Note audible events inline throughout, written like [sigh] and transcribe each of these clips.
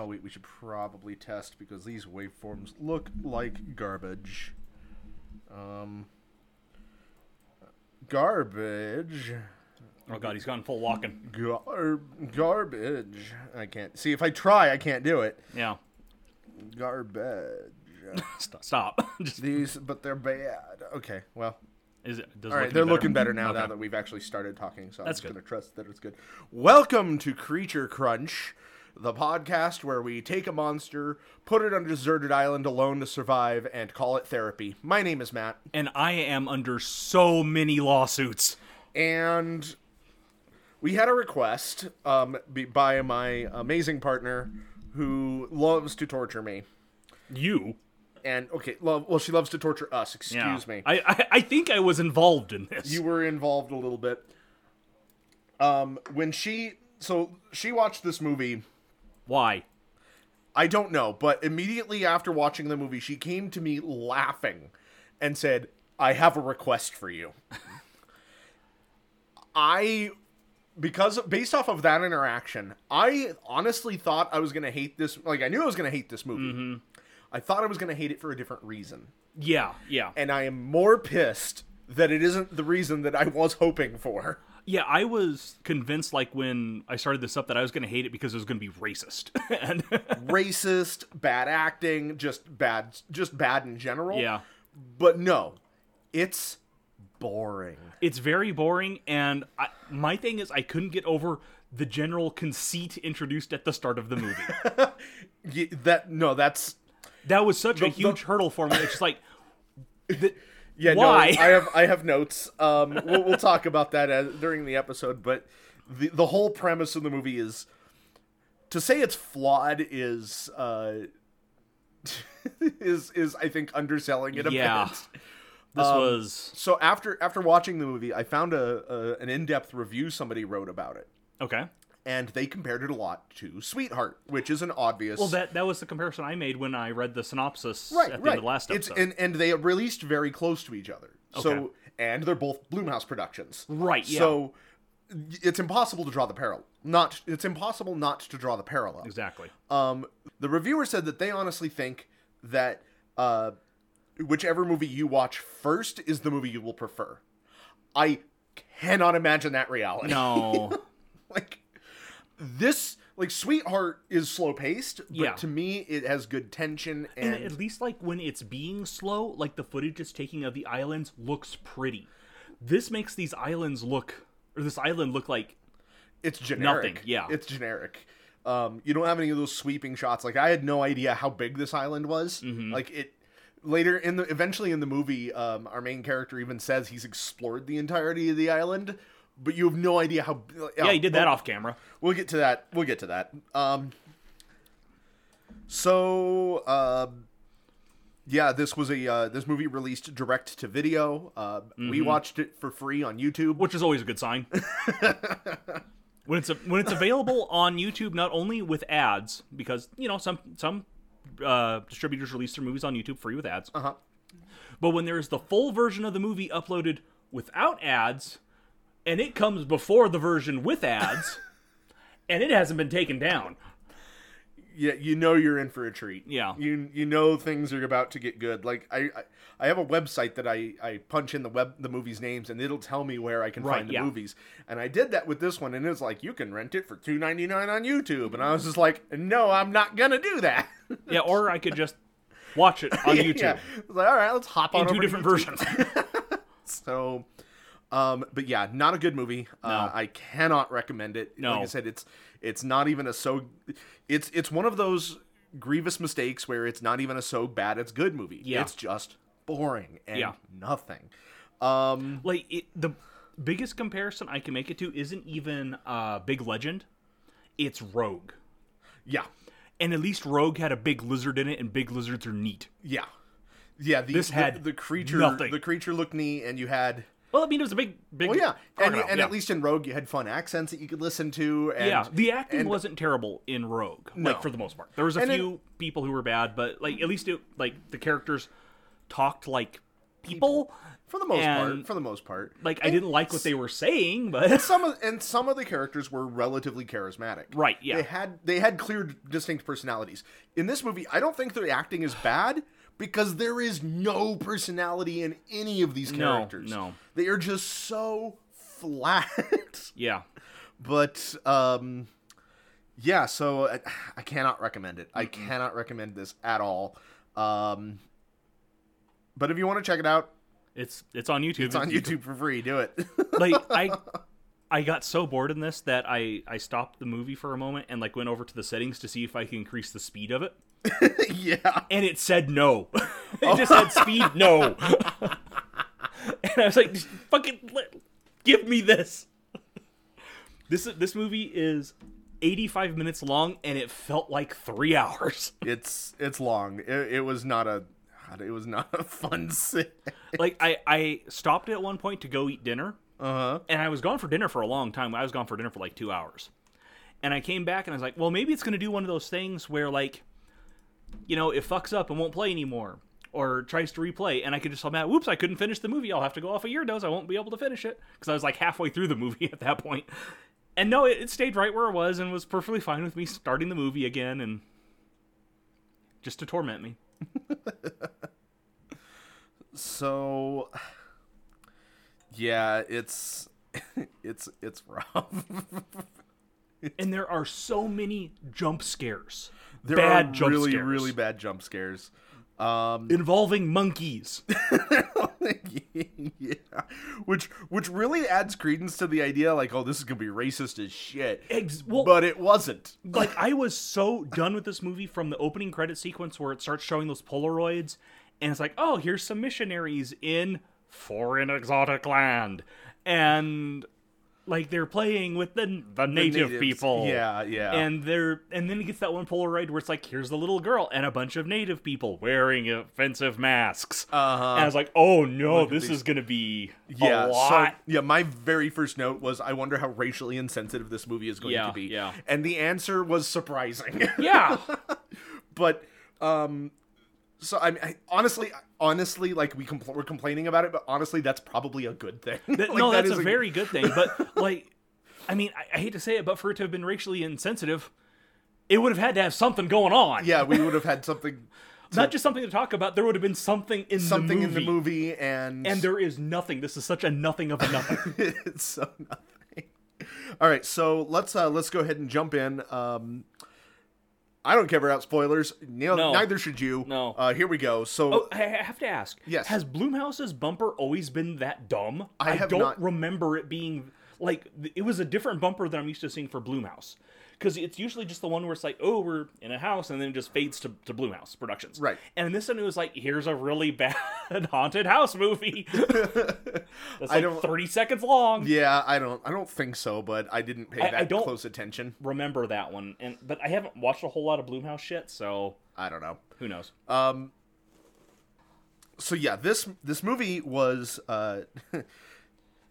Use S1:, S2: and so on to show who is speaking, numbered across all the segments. S1: Oh, probably test because these waveforms look like garbage. Um, garbage.
S2: Oh god, he's gone full walking.
S1: Gar- garbage. I can't see if I try. I can't do it.
S2: Yeah.
S1: Garbage.
S2: Stop. Stop. [laughs] Just,
S1: These, but they're bad. Okay, well,
S2: is it, does it
S1: all right.
S2: look
S1: They're
S2: any
S1: looking better now.
S2: Okay.
S1: Now that we've actually started talking, so I'm
S2: That's
S1: just
S2: good.
S1: going to trust that it's good. Welcome to Creature Crunch, the podcast where we take a monster, put it on a deserted island alone to survive, and call it therapy. My name is Matt,
S2: And I am under so many lawsuits.
S1: and we had a request um, be- by my amazing partner who loves to torture me.
S2: You.
S1: And okay, love. Well, she loves to torture us. Excuse
S2: Yeah.
S1: me.
S2: I, I I think I was involved in this.
S1: you were involved a little bit. Um, when she so she watched this movie,
S2: Why?
S1: I don't know, but immediately after watching the movie, she came to me laughing and said, "I have a request for you." I because based off of that interaction, I honestly thought I was going to hate this like I knew I was going to hate this movie. I thought I was going to hate it for a different reason,
S2: Yeah. Yeah.
S1: and I am more pissed that it isn't the reason that I was hoping for.
S2: Yeah, I was convinced like when I started this up that I was going to hate it because it was going to be racist. [laughs] and
S1: racist, bad acting, just bad, just bad in general.
S2: yeah.
S1: But no, it's boring.
S2: it's very boring and I, my thing is i couldn't get over the general conceit introduced at the start of the
S1: [laughs]
S2: movie
S1: Y- that no, that's
S2: that was such a
S1: The- the-
S2: huge hurdle for me it's
S1: [laughs]
S2: just like the,
S1: yeah.
S2: Why?
S1: No, I have I have notes. Um, we'll, we'll talk about that as, during the episode. But the the whole premise of the movie is to say it's flawed is uh [laughs] is is I think underselling it a
S2: yeah
S1: bit.
S2: this
S1: Um,
S2: was
S1: So after after watching the movie, I found a, a an in depth review somebody wrote about it.
S2: okay
S1: and they compared it a lot to Sweetheart, which is an obvious.
S2: well that that was the comparison i made when i read the synopsis
S1: right,
S2: at the
S1: right.
S2: end of the last
S1: it's
S2: episode
S1: and and they are released very close to each other.
S2: Okay.
S1: So and they're both Bloomhouse productions.
S2: Right, yeah.
S1: So it's impossible to draw the parallel. Not it's impossible not to draw the parallel. [laughs]
S2: exactly
S1: Um, the reviewer said that they honestly think that uh, whichever movie you watch first is the movie you will prefer. I cannot imagine that reality. [laughs]
S2: no
S1: like this like sweetheart is slow paced but
S2: Yeah.
S1: to me it has good tension and,
S2: and at least like when it's being slow like the footage it's taking of the islands looks pretty this makes these islands look or this island look like
S1: it's generic
S2: nothing, yeah.
S1: it's generic um you don't have any of those sweeping shots like i had no idea how big this island was
S2: Mm-hmm.
S1: like it later in the eventually in the movie um our main character even says he's explored the entirety of the island but you have no idea how
S2: yeah he did that off camera
S1: Oh, we'll get to that we'll get to that um so um yeah this was a uh, this movie released direct to video uh,
S2: Mm-hmm.
S1: we watched it for free on youtube
S2: which is always a good sign. when it's when it's available on YouTube, not only with ads, because you know some some uh, distributors release their movies on YouTube free with ads,
S1: uh-huh.
S2: but when there is the full version of the movie uploaded without ads, and it comes before the version
S1: [laughs]
S2: with ads, and it hasn't been taken down.
S1: yeah you know you're in for a treat
S2: Yeah.
S1: you you know things are about to get good like i i, I have a website that i i punch in the web the movies names and it'll tell me where i can
S2: Right,
S1: find the
S2: yeah.
S1: movies and i did that with this one and it was like you can rent it for 2.99 on youtube and i was just like no i'm not gonna do that [laughs]
S2: Yeah, or I could just watch it on YouTube.
S1: Yeah. It's like, all right, let's hop on
S2: In two
S1: over
S2: different
S1: to YouTube.
S2: versions.
S1: So, um, but yeah, not a good movie. Uh, I cannot recommend it.
S2: No.
S1: Like I said, it's it's not even a so. It's it's one of those grievous mistakes where it's not even a so bad it's good movie.
S2: Yeah.
S1: It's just boring and
S2: Yeah.
S1: nothing. Um,
S2: like it, the biggest comparison I can make it to isn't even uh, Big Legend, it's Rogue.
S1: yeah,
S2: And at least Rogue had a big lizard in it, and big lizards are neat.
S1: yeah, yeah. The,
S2: This
S1: the-
S2: had
S1: the, creature.
S2: nothing.
S1: The creature looked neat, and you had.
S2: Well, I mean, it was a big, big.
S1: Well, yeah, and,
S2: crocodile,
S1: and
S2: yeah.
S1: at least in Rogue, you had fun accents that you could listen to. And,
S2: yeah, the acting
S1: and-
S2: wasn't terrible in Rogue,
S1: No.
S2: like for the most part. There was a
S1: And it-
S2: few people who were bad, but like at least it, like the characters talked like people,
S1: for the most part.
S2: And-
S1: For the most part,
S2: Like I didn't like what they were saying, but
S1: some of and some of the characters were relatively charismatic.
S2: right, yeah.
S1: They had they had clear, distinct personalities. In this movie, I don't think their acting is bad because there is no personality in any of these
S2: No,
S1: characters.
S2: no.
S1: they are just so flat.
S2: [laughs]
S1: [laughs]
S2: Yeah.
S1: but um, yeah. So I, I cannot recommend it. I cannot recommend this at all. Um, but if you want to check it out,
S2: It's it's on YouTube.
S1: it's on YouTube for free. Do it. [laughs]
S2: like I I got so bored in this that I I stopped the movie for a moment and like went over to the settings to see if I could increase the speed of it.
S1: yeah.
S2: And it said no. [laughs] it just said speed no. and I was like just fucking let, give me this. This this movie is 85 minutes long and it felt like 3 [laughs] hours.
S1: it's it's long. It, it was not a God, it was not [laughs] a fun sit.
S2: like I I stopped at one point to go eat dinner
S1: Uh huh.
S2: and I was gone for dinner for a long time. I was gone for dinner for like two hours. And I came back and I was like, well, maybe it's going to do one of those things where, like, you know, it fucks up and won't play anymore or tries to replay. And I could just tell Matt, whoops, I couldn't finish the movie. I'll have to go off a year dose. I won't be able to finish it because I was like halfway through the movie [laughs] at that point. And no, it, it stayed right where it was and was perfectly fine with me starting the movie again and just to torment me.
S1: So yeah, it's [laughs] it's it's rough. [laughs]
S2: And there are so many jump scares
S1: There
S2: Bad
S1: are
S2: jump
S1: really
S2: scares.
S1: really bad jump scares. Um [laughs]
S2: involving monkeys.
S1: yeah. Which which really adds credence to the idea like oh this is going to be racist as shit.
S2: Ex- well,
S1: but it wasn't.
S2: like I was so done with this movie from the opening credit sequence where it starts showing those Polaroids, and it's like, oh, here's some missionaries in foreign exotic land, and like they're playing with the the native
S1: natives.
S2: people,
S1: Yeah, yeah.
S2: and they're and then he gets that one Polaroid where it's like, here's the little girl and a bunch of native people wearing offensive masks,
S1: Uh-huh.
S2: and I was like, oh no,
S1: at
S2: this
S1: these-
S2: is gonna be
S1: yeah,
S2: a
S1: so-
S2: lot.
S1: yeah, my very first note was I wonder how racially insensitive this movie is going
S2: Yeah,
S1: to be.
S2: yeah.
S1: And the answer was surprising. [laughs]
S2: yeah,
S1: but um so I, I honestly honestly like we compl- we're complaining about it, but honestly that's probably a good thing. [laughs]
S2: Th-
S1: Like,
S2: no,
S1: that
S2: that's
S1: is
S2: a very good thing.
S1: [laughs]
S2: But like, I mean, I, I hate to say it, but for it to have been racially insensitive, it would have had to have something going on.
S1: yeah, we would have had
S2: [laughs]
S1: something
S2: not just something to talk about. There would have been something in
S1: something
S2: the
S1: in the movie and
S2: and there is nothing. This is such a nothing of a nothing.
S1: [laughs] it's so nothing. All right, so let's uh let's go ahead and jump in. Um I don't care about spoilers. Neil,
S2: No.
S1: neither should you.
S2: No.
S1: Uh, here we go. So
S2: oh, I I have to ask.
S1: Yes.
S2: Has Bloomhouse's bumper always been that dumb?
S1: I have
S2: don't
S1: not-
S2: remember it being like th- it was a different bumper than I'm used to seeing for Bloomhouse. Because it's usually just the one where it's like, oh, we're in a house, and then it just fades to, to Bloomhouse Productions.
S1: Right.
S2: And in this one, it was like, here's a really [laughs] bad haunted
S1: [laughs]
S2: house movie. That's like
S1: don't-
S2: 30 seconds long.
S1: yeah, I don't I don't think so, but I didn't pay
S2: I- I
S1: that
S2: don't-
S1: close attention.
S2: Remember that one. and But I haven't watched a whole lot of Bloomhouse shit, so
S1: I don't know.
S2: who knows? Uh,
S1: So yeah, this this movie was uh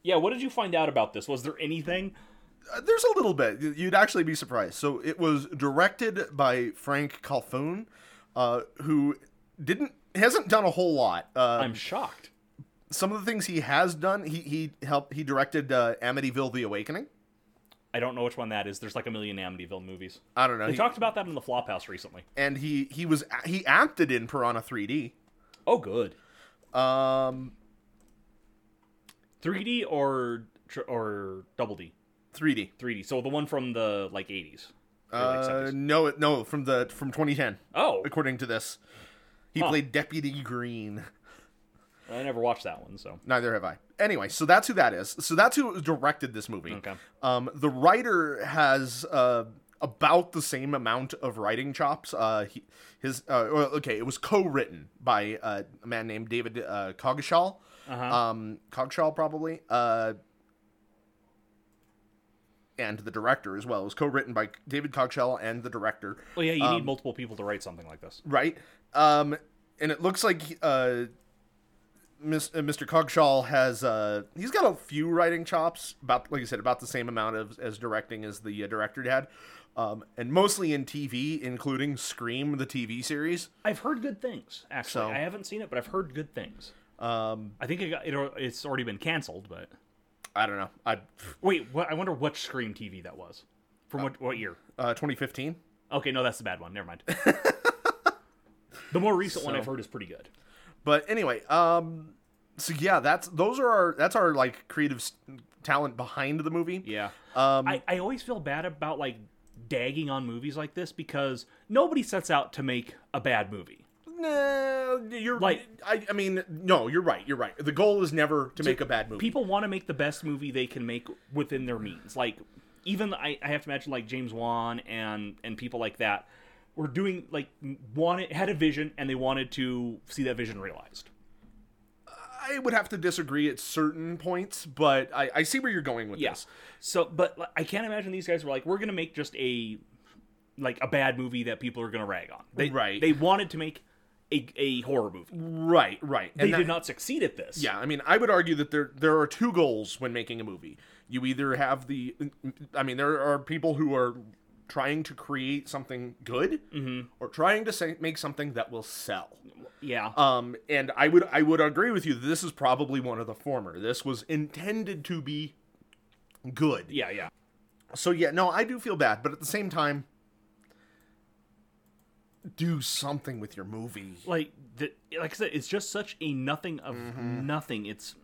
S2: yeah, what did you find out about this? Was there anything?
S1: there's a little bit. You- You'd actually be surprised. So it was directed by Frank Calhoun, uh, who didn't hasn't done a whole lot. Uh,
S2: I'm shocked.
S1: some of the things he has done, he he helped. He directed uh, Amityville: The Awakening.
S2: I don't know which one that is. There's like a million Amityville movies.
S1: I don't know.
S2: They
S1: He-
S2: talked about that in the Flophouse recently.
S1: and he he was he acted in Piranha 3D.
S2: Oh, good.
S1: Um,
S2: 3D or tr- or double D.
S1: 3D.
S2: 3D. So the one from the like 80s. Or, like,
S1: Uh,
S2: 70s.
S1: no, it- no, from the from 2010,
S2: oh,
S1: according to this. He
S2: Huh.
S1: played Deputy Green. [laughs]
S2: I never watched that one. So
S1: Neither have I. Anyway, so that's who that is. So that's who directed this movie.
S2: Okay.
S1: Um, the writer has uh, about the same amount of writing chops. Uh, he, his uh, well, okay, it was co-written by uh, a man named David uh, Coggeshall.
S2: Uh-huh.
S1: Um, Coggeshall probably. Uh, and the director as well. It was co-written by David Cogshall and the director
S2: well, yeah, you
S1: um,
S2: need multiple people to write something like this.
S1: right? Um, and it looks like uh, Miss, uh, Mr. Cogshaw has uh, he's got a few writing chops, about like I said, about the same amount of as directing as the uh, director had, um, and mostly in TV, including Scream, the TV series.
S2: I've heard good things. Actually,
S1: So-
S2: I haven't seen it, but I've heard good things.
S1: Um,
S2: I think it got, it, it's already been canceled, but
S1: I don't know. I
S2: wait, what? I wonder what Scream TV that was. From what what year?
S1: uh, 2015.
S2: Okay, no, that's the bad one. Never [laughs] mind. the more recent one
S1: So-
S2: I've heard is pretty good.
S1: But anyway, um, so yeah, that's those are our that's our like creative s- talent behind the movie.
S2: Yeah.
S1: Um,
S2: I, I always feel bad about like dagging on movies like this because nobody sets out to make a bad movie.
S1: nah, you're
S2: Like-
S1: I, I mean, no, you're right. You're right. The goal is never to make a bad movie.
S2: People want to make the best movie they can make within their means. Like even I, I have to imagine like James Wan and and people like that were doing like wanted had a vision and they wanted to see that vision realized.
S1: I would have to disagree at certain points, but I, I see where you're going with
S2: Yes.
S1: this.
S2: So, but like, I can't imagine these guys were like, we're gonna make just a like a bad movie that people are gonna rag on. They,
S1: Right.
S2: They wanted to make a, a horror movie.
S1: Right, right.
S2: They
S1: And that-
S2: did not succeed at this.
S1: Yeah, I mean, I would argue that there there are two goals when making a movie. You either have the, I mean, there are people who are trying to create something good,
S2: Mm-hmm.
S1: or trying to say, make something that will sell.
S2: Yeah.
S1: Um, and I would I would agree with you. that This is probably one of the former. This was intended to be good.
S2: yeah. Yeah.
S1: So yeah, no, I do feel bad, but at the same time, do something with your movie.
S2: Like the, like I said, it's just such a nothing of nothing. It's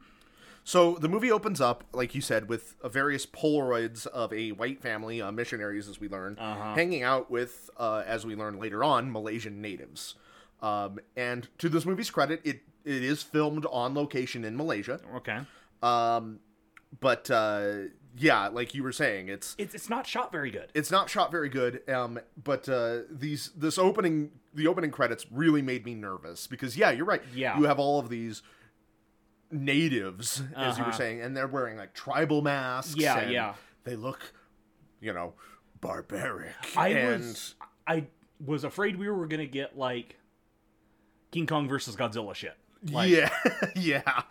S1: So the movie opens up, like you said, with uh, various Polaroids of a white family, uh, missionaries, as we learn, hanging out with, uh, as we learn later on, Malaysian natives. Um, and to this movie's credit, it it is filmed on location in Malaysia.
S2: okay.
S1: Um, but uh, yeah, like you were saying, it's
S2: It's it's not shot very good.
S1: it's not shot very good. Um, but uh, these this opening the opening credits really made me nervous because yeah, you're right.
S2: Yeah.
S1: you have all of these natives as you were
S2: Uh-huh.
S1: saying, and they're wearing like tribal masks.
S2: Yeah,
S1: and
S2: yeah.
S1: They look, you know, barbaric.
S2: I
S1: and
S2: was I was afraid we were gonna get like King Kong versus Godzilla shit. Like,
S1: yeah, [laughs] yeah.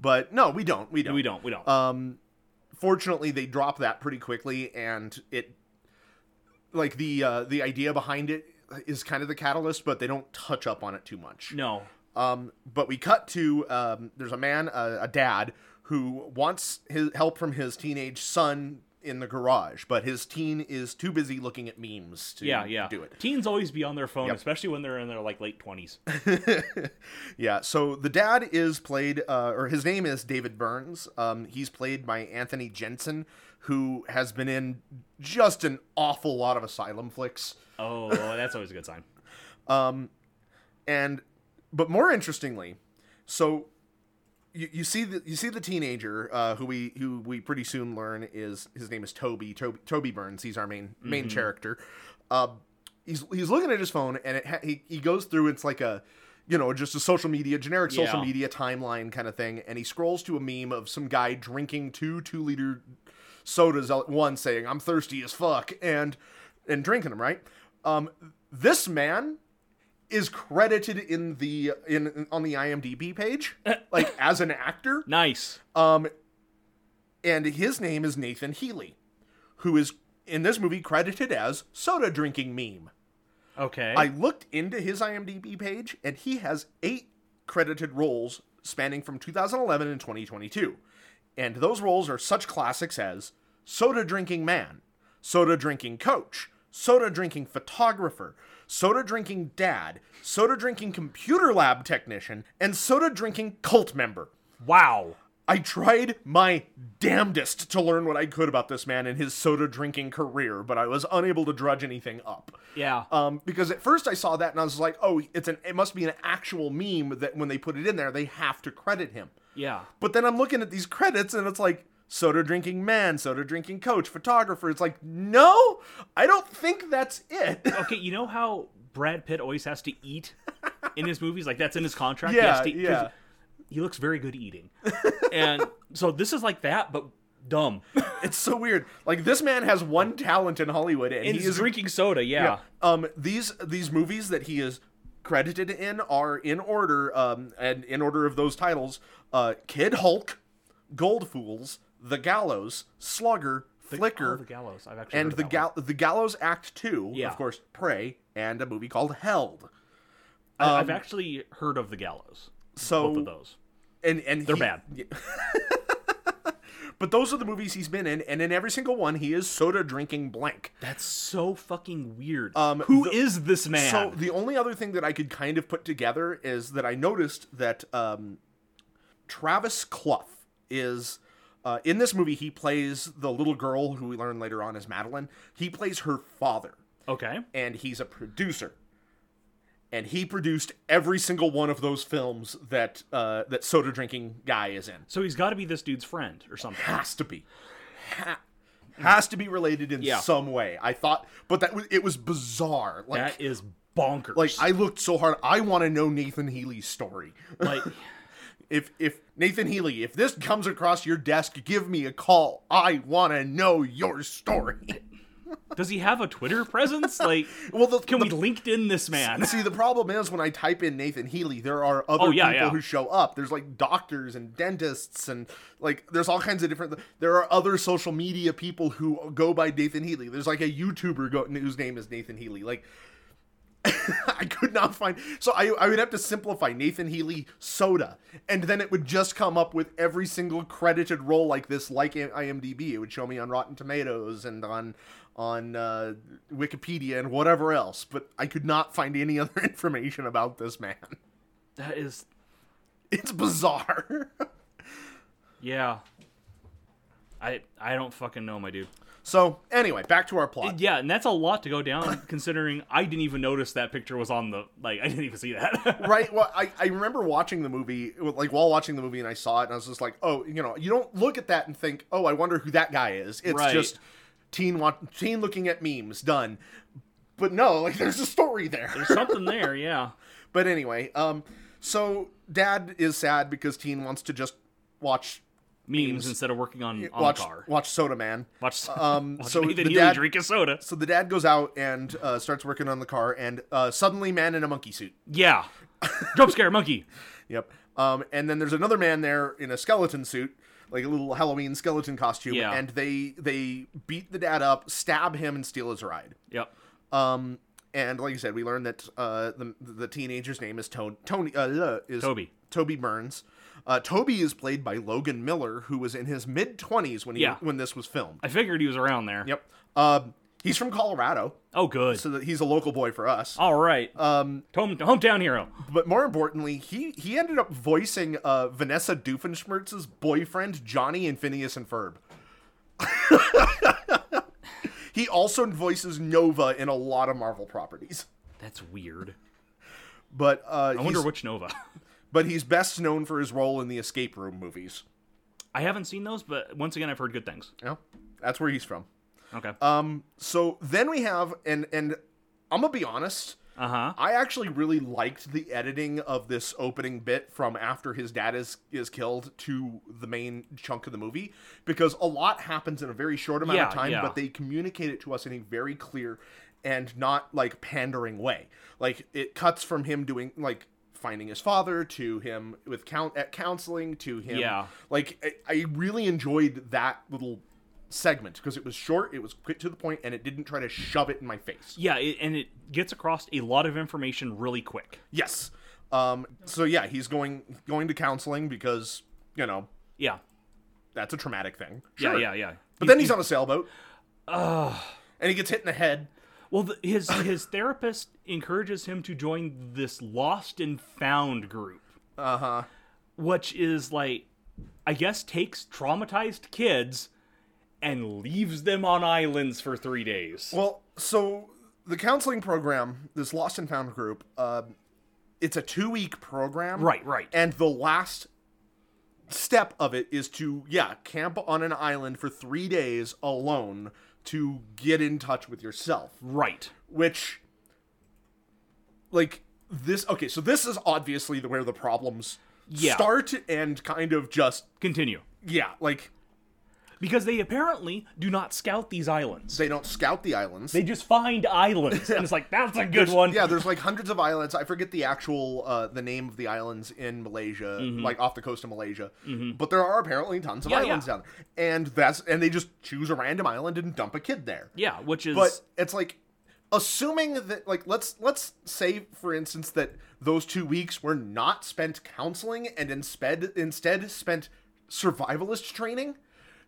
S1: But no, we don't. We don't.
S2: We don't. We don't.
S1: Um, fortunately, they drop that pretty quickly, and it, like the uh, the idea behind it is kind of the catalyst, but they don't touch up on it too much.
S2: no.
S1: Um, but we cut to um, there's a man, a, a dad, who wants his help from his teenage son in the garage, but his teen is too busy looking at memes to
S2: Yeah. Yeah.
S1: do it.
S2: Teens always be on their phone, especially when they're in their like late twenties.
S1: yeah, so the dad is played, uh, or his name is David Burns. Um, he's played by Anthony Jensen, who has been in just an awful lot of asylum flicks.
S2: Oh, well, that's always a good sign.
S1: And, but more interestingly, so you, you see the you see the teenager uh, who we who we pretty soon learn is his name is Toby Toby, Toby Burns. He's our main main character. Um, he's he's looking at his phone and it ha- he he goes through. It's like a you know just a social media generic social
S2: Yeah.
S1: media timeline kind of thing. And he scrolls to a meme of some guy drinking two two liter sodas at once, saying "I'm thirsty as fuck" and and drinking them right. Um, this man is credited in the in on the IMDb page like as an actor.
S2: Nice.
S1: Um and his name is Nathan Healy, who is in this movie credited as soda drinking meme.
S2: Okay.
S1: I looked into his IMDb page and he has 8 credited roles spanning from 2011 and 2022. And those roles are such classics as soda drinking man, soda drinking coach, soda drinking photographer, soda drinking dad, soda drinking computer lab technician, and soda drinking cult member.
S2: wow.
S1: I tried my damnedest to learn what I could about this man and his soda drinking career, but I was unable to drudge anything up.
S2: Yeah.
S1: Um, because at first I saw that and I was like, "Oh, it's an it must be an actual meme that when they put it in there, they have to credit him."
S2: yeah.
S1: But then I'm looking at these credits and it's like soda drinking man, soda drinking coach, photographer. It's like, "No, I don't think that's it." [laughs]
S2: Okay, you know how Brad Pitt always has to eat in his movies? Like that's in his contract. he,
S1: Yeah,
S2: has to, 'cause
S1: yeah.
S2: he looks very good eating. and so this is like that, but
S1: [laughs]
S2: dumb.
S1: it's so weird. Like this man has one talent in Hollywood and,
S2: And
S1: he
S2: he's
S1: is
S2: drinking soda, yeah.
S1: Um, these these movies that he is credited in are in order, um, and in order of those titles: uh, Kid Hulk, Gold Fools, The Gallows, Slugger, Flicker,
S2: Oh, the gallows. I've actually
S1: and
S2: heard of
S1: the
S2: that
S1: gal- the Gallows Act Two.
S2: Yeah.
S1: Of course, Prey, and a movie called Held.
S2: one. I- I've actually heard of the gallows.
S1: So
S2: Both of those.
S1: and and
S2: They're
S1: he-
S2: bad.
S1: [laughs] But those are the movies he's been in, and in every single one, he is soda drinking blank.
S2: That's so fucking weird.
S1: Um,
S2: Who
S1: the-
S2: is this man?
S1: So the only other thing that I could kind of put together is that I noticed that um, Travis Clough is uh, in this movie. He plays the little girl who we learn later on is Madeline. He plays her father,
S2: okay.
S1: and he's a producer. And he produced every single one of those films that uh, that soda drinking guy is in.
S2: So he's got to be this dude's friend or something.
S1: has to be Ha- has to be related in
S2: Yeah.
S1: some way i thought but that was it was bizarre like
S2: That is bonkers.
S1: like i looked so hard i want to know nathan healy's story
S2: like
S1: if if nathan healy if this comes across your desk give me a call i want to know your story
S2: does he have a Twitter presence? [laughs] Like,
S1: well the,
S2: can
S1: the,
S2: we LinkedIn this man? [laughs]
S1: see the problem is when i type in nathan healy there are other
S2: Oh, yeah,
S1: people
S2: yeah.
S1: who show up there's like doctors and dentists and like there's all kinds of different there are other social media people who go by nathan healy there's like a youtuber go, whose name is nathan healy like [laughs] I could not find so I, I would have to simplify Nathan Healy soda and then it would just come up with every single credited role like this like I- IMDb it would show me on Rotten Tomatoes and on on uh, Wikipedia and whatever else but I could not find any other [laughs] information about this man
S2: that is,
S1: it's bizarre [laughs]
S2: yeah. I I don't fucking know, my dude.
S1: so anyway back to our plot
S2: Uh, Yeah, and that's a lot to go down [laughs] considering I didn't even notice that picture was on the like I didn't even see that. [laughs]
S1: right well I, I remember watching the movie like while watching the movie and i saw it and i was just like oh you know you don't look at that and think oh i wonder who that guy is it's
S2: Right.
S1: just teen wa- teen looking at memes done but no like [laughs] there's a story there
S2: There's something there, yeah.
S1: but anyway um so dad is sad because teen wants to just watch
S2: Memes, instead of working on, on
S1: watch
S2: the car.
S1: watch soda man
S2: Watch,
S1: um,
S2: [laughs] watch
S1: so
S2: Nathan
S1: the
S2: Healy
S1: dad-
S2: drink a soda.
S1: so the dad goes out and uh, starts working on the car and uh, suddenly man in a monkey suit
S2: Yeah. [laughs] Jump scare monkey.
S1: Yep. Um, and then there's another man there in a skeleton suit, like a little Halloween skeleton costume,
S2: Yeah.
S1: and they they beat the dad up, stab him, and steal his ride.
S2: Yep.
S1: Um, and like I said, we learned that uh, the the teenager's name is Tony. Tony uh, uh, is
S2: Toby.
S1: Toby Burns. Uh, Toby is played by Logan Miller, who was in his mid twenties when he
S2: Yeah.
S1: when this was filmed.
S2: I figured he was around there.
S1: Yep. Um, he's from Colorado,
S2: Oh good.
S1: so that he's a local boy for us.
S2: All right. Um Home, hometown hero.
S1: But more importantly, he he ended up voicing uh, Vanessa Doofenshmirtz's boyfriend Johnny and Phineas and Ferb. [laughs] he also voices Nova in a lot of Marvel properties.
S2: That's weird.
S1: But uh,
S2: I wonder
S1: he's-
S2: which Nova. [laughs]
S1: but he's best known for his role in the Escape Room movies.
S2: I haven't seen those, but once again I've heard good things.
S1: Yeah, that's where he's from.
S2: Okay.
S1: Um, so then we have and and I'm gonna be honest.
S2: Uh huh.
S1: I actually really liked the editing of this opening bit from after his dad is is killed to the main chunk of the movie because a lot happens in a very short amount of
S2: Yeah,
S1: time,
S2: yeah.
S1: but they communicate it to us in a very clear and not like pandering way. Like it cuts from him doing like finding his father to him with count at counseling to him.
S2: Yeah.
S1: Like I, I really enjoyed that little segment because it was short, it was quick to the point, and it didn't try to shove it in my face.
S2: Yeah, it, and it gets across a lot of information really quick.
S1: Yes. Um, so yeah, he's going going to counseling because you know
S2: Yeah.
S1: that's a traumatic thing.
S2: Yeah,
S1: Sure.
S2: yeah, yeah.
S1: But then he's on a sailboat. and he gets hit in the head.
S2: Well, the, his his [laughs] therapist encourages him to join this lost and found group. Uh
S1: Uh-huh.
S2: huh. Which is like, I guess, takes traumatized kids and leaves them on islands for three days.
S1: Well, so the counseling program, this lost and found group, um, it's a two week program.
S2: Right, right.
S1: And the last step of it is to yeah camp on an island for three days alone to get in touch with yourself.
S2: right.
S1: which like this okay so this is obviously the where the problems
S2: Yeah.
S1: start and kind of just
S2: Continue.
S1: yeah like
S2: Because they apparently do not scout these islands.
S1: they don't scout the islands
S2: They just
S1: [laughs]
S2: find islands, and it's like that's a good one.
S1: yeah there's like hundreds of islands i forget the actual uh the name of the islands in malaysia like off the coast of malaysia but there are apparently tons of
S2: Mm-hmm. Yeah,
S1: islands
S2: yeah.
S1: down there and that's and they just choose a random island and dump a kid there
S2: Yeah, which is
S1: but it's like assuming that like let's let's say for instance that those two weeks were not spent counseling and instead instead spent survivalist training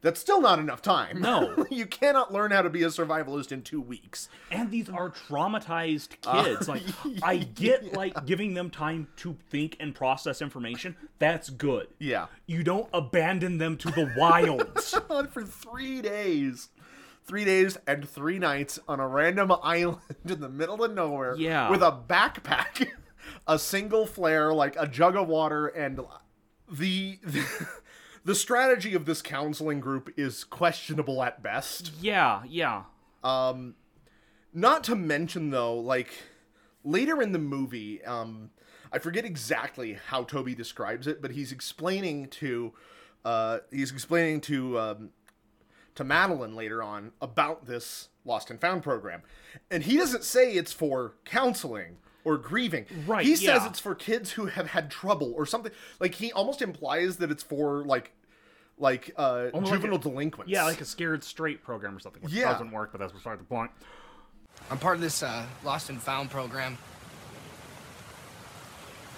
S1: that's still not enough time
S2: No.
S1: [laughs] you cannot learn how to be a survivalist in two weeks
S2: and these are traumatized [laughs] kids like [laughs] i get like giving them time to think and process information that's good
S1: yeah
S2: you don't abandon them to the wilds
S1: on for three days three days and three nights on a random [laughs] island in the middle of nowhere
S2: Yeah.
S1: with a backpack [laughs] a single flare like a jug of water and the [laughs] the strategy of this counseling group is questionable at best
S2: [laughs] yeah yeah
S1: not to mention though like later in the movie um i forget exactly how toby describes it but he's explaining to uh he's explaining to um to madeline later on about this lost and found program and he doesn't say it's for counseling or grieving
S2: Right,
S1: he says
S2: yeah.
S1: it's for kids who have had trouble or something like he almost implies that it's for like like uh
S2: like
S1: juvenile
S2: a-
S1: delinquents
S2: yeah like a scared straight program or something which
S1: Yeah.
S2: doesn't work but that's beside the point
S3: I'm part of this uh, Lost and Found program.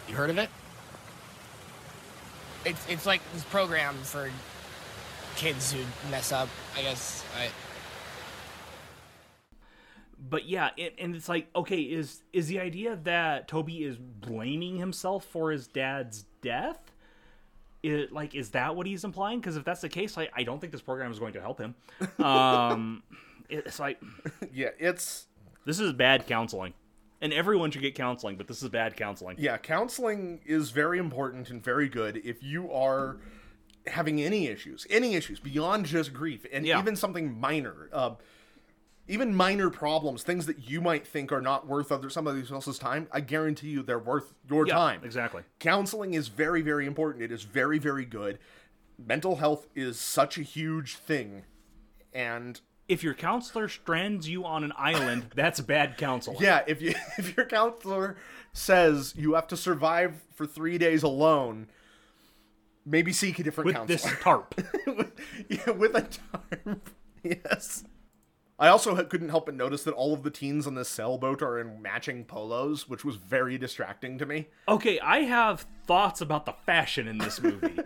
S3: You heard of it? It's it's like this program for kids who mess up. I guess. I,
S2: but yeah it, and it's like okay is is the idea that toby is blaming himself for his dad's death it, like is that what he's implying because if that's the case I, I don't think this program is going to help him um [laughs] it's like
S1: [laughs] yeah it's
S2: This is bad counseling. And everyone should get counseling, but this is bad counseling.
S1: Yeah, counseling is very important and very good if you are having any issues, any issues beyond just grief, and
S2: Yeah.
S1: even something minor, uh, even minor problems, things that you might think are not worth other somebody else's time. I guarantee you, they're worth your
S2: Yeah,
S1: time.
S2: exactly.
S1: Counseling is very, very important. It is very, very good. Mental health is such a huge thing, and
S2: If your counselor strands you on an
S1: [laughs]
S2: island, that's bad counseling.
S1: Yeah, if you [laughs] if your counselor says you have to survive for three days alone, maybe seek a different
S2: With
S1: counselor. [laughs]
S2: this tarp.
S1: yeah, with a tarp. [laughs] Yes. I also ha- couldn't help but notice that all of the teens on this sailboat are in matching polos, which was very distracting to me.
S2: Okay, I have thoughts about the fashion in this movie.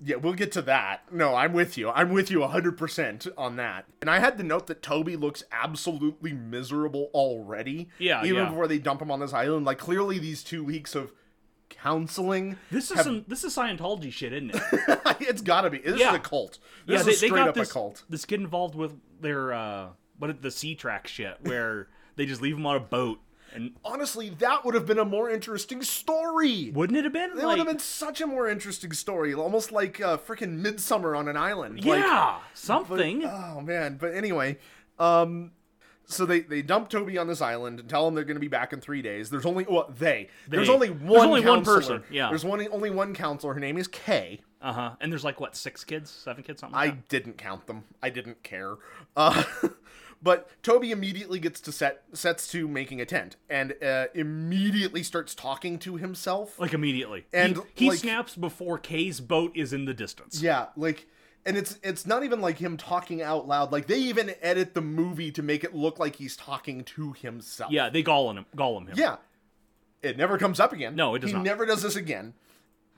S1: Yeah, we'll get to that. No, I'm with you. I'm with you 100% on that. And I had to note that Toby looks absolutely miserable already.
S2: Yeah,
S1: Even
S2: yeah.
S1: before they dump him on this island. Like, clearly, these two weeks of counseling. [laughs]
S2: This is some this is Scientology shit, isn't it?
S1: it's gotta be. This
S2: Yeah.
S1: is a cult. This is straight up
S2: this,
S1: a cult.
S2: this kid involved with their uh what the sea track shit where they just leave him on a boat and
S1: Honestly, that would have been a more interesting story.
S2: wouldn't it have been?
S1: That would have been such a more interesting story. Almost like uh, freaking Midsummer on an island. Like,
S2: Yeah, something.
S1: Oh man, but anyway, um so they they dump Toby on this island and tell him they're going to be back in 3 days. There's only well, they. There's
S2: They.
S1: only one
S2: There's only one
S1: counselor.
S2: person, yeah.
S1: There's one only one counselor. Her name is Kay.
S2: Uh huh. And there's like what, six kids, seven kids, something
S1: I
S2: like that?
S1: didn't count them. I didn't care. Uh [laughs] But Toby immediately gets to set sets to making a tent and uh, immediately starts talking to himself.
S2: Like immediately.
S1: And,
S2: he, he
S1: like-
S2: snaps before Kay's boat is in the distance.
S1: Yeah, like and it's it's not even like him talking out loud. Like they even edit the movie to make it look like he's talking to himself.
S2: Yeah, they gollum him gollum him.
S1: Yeah. It never comes up again.
S2: No, it does
S1: he
S2: not.
S1: never does this again.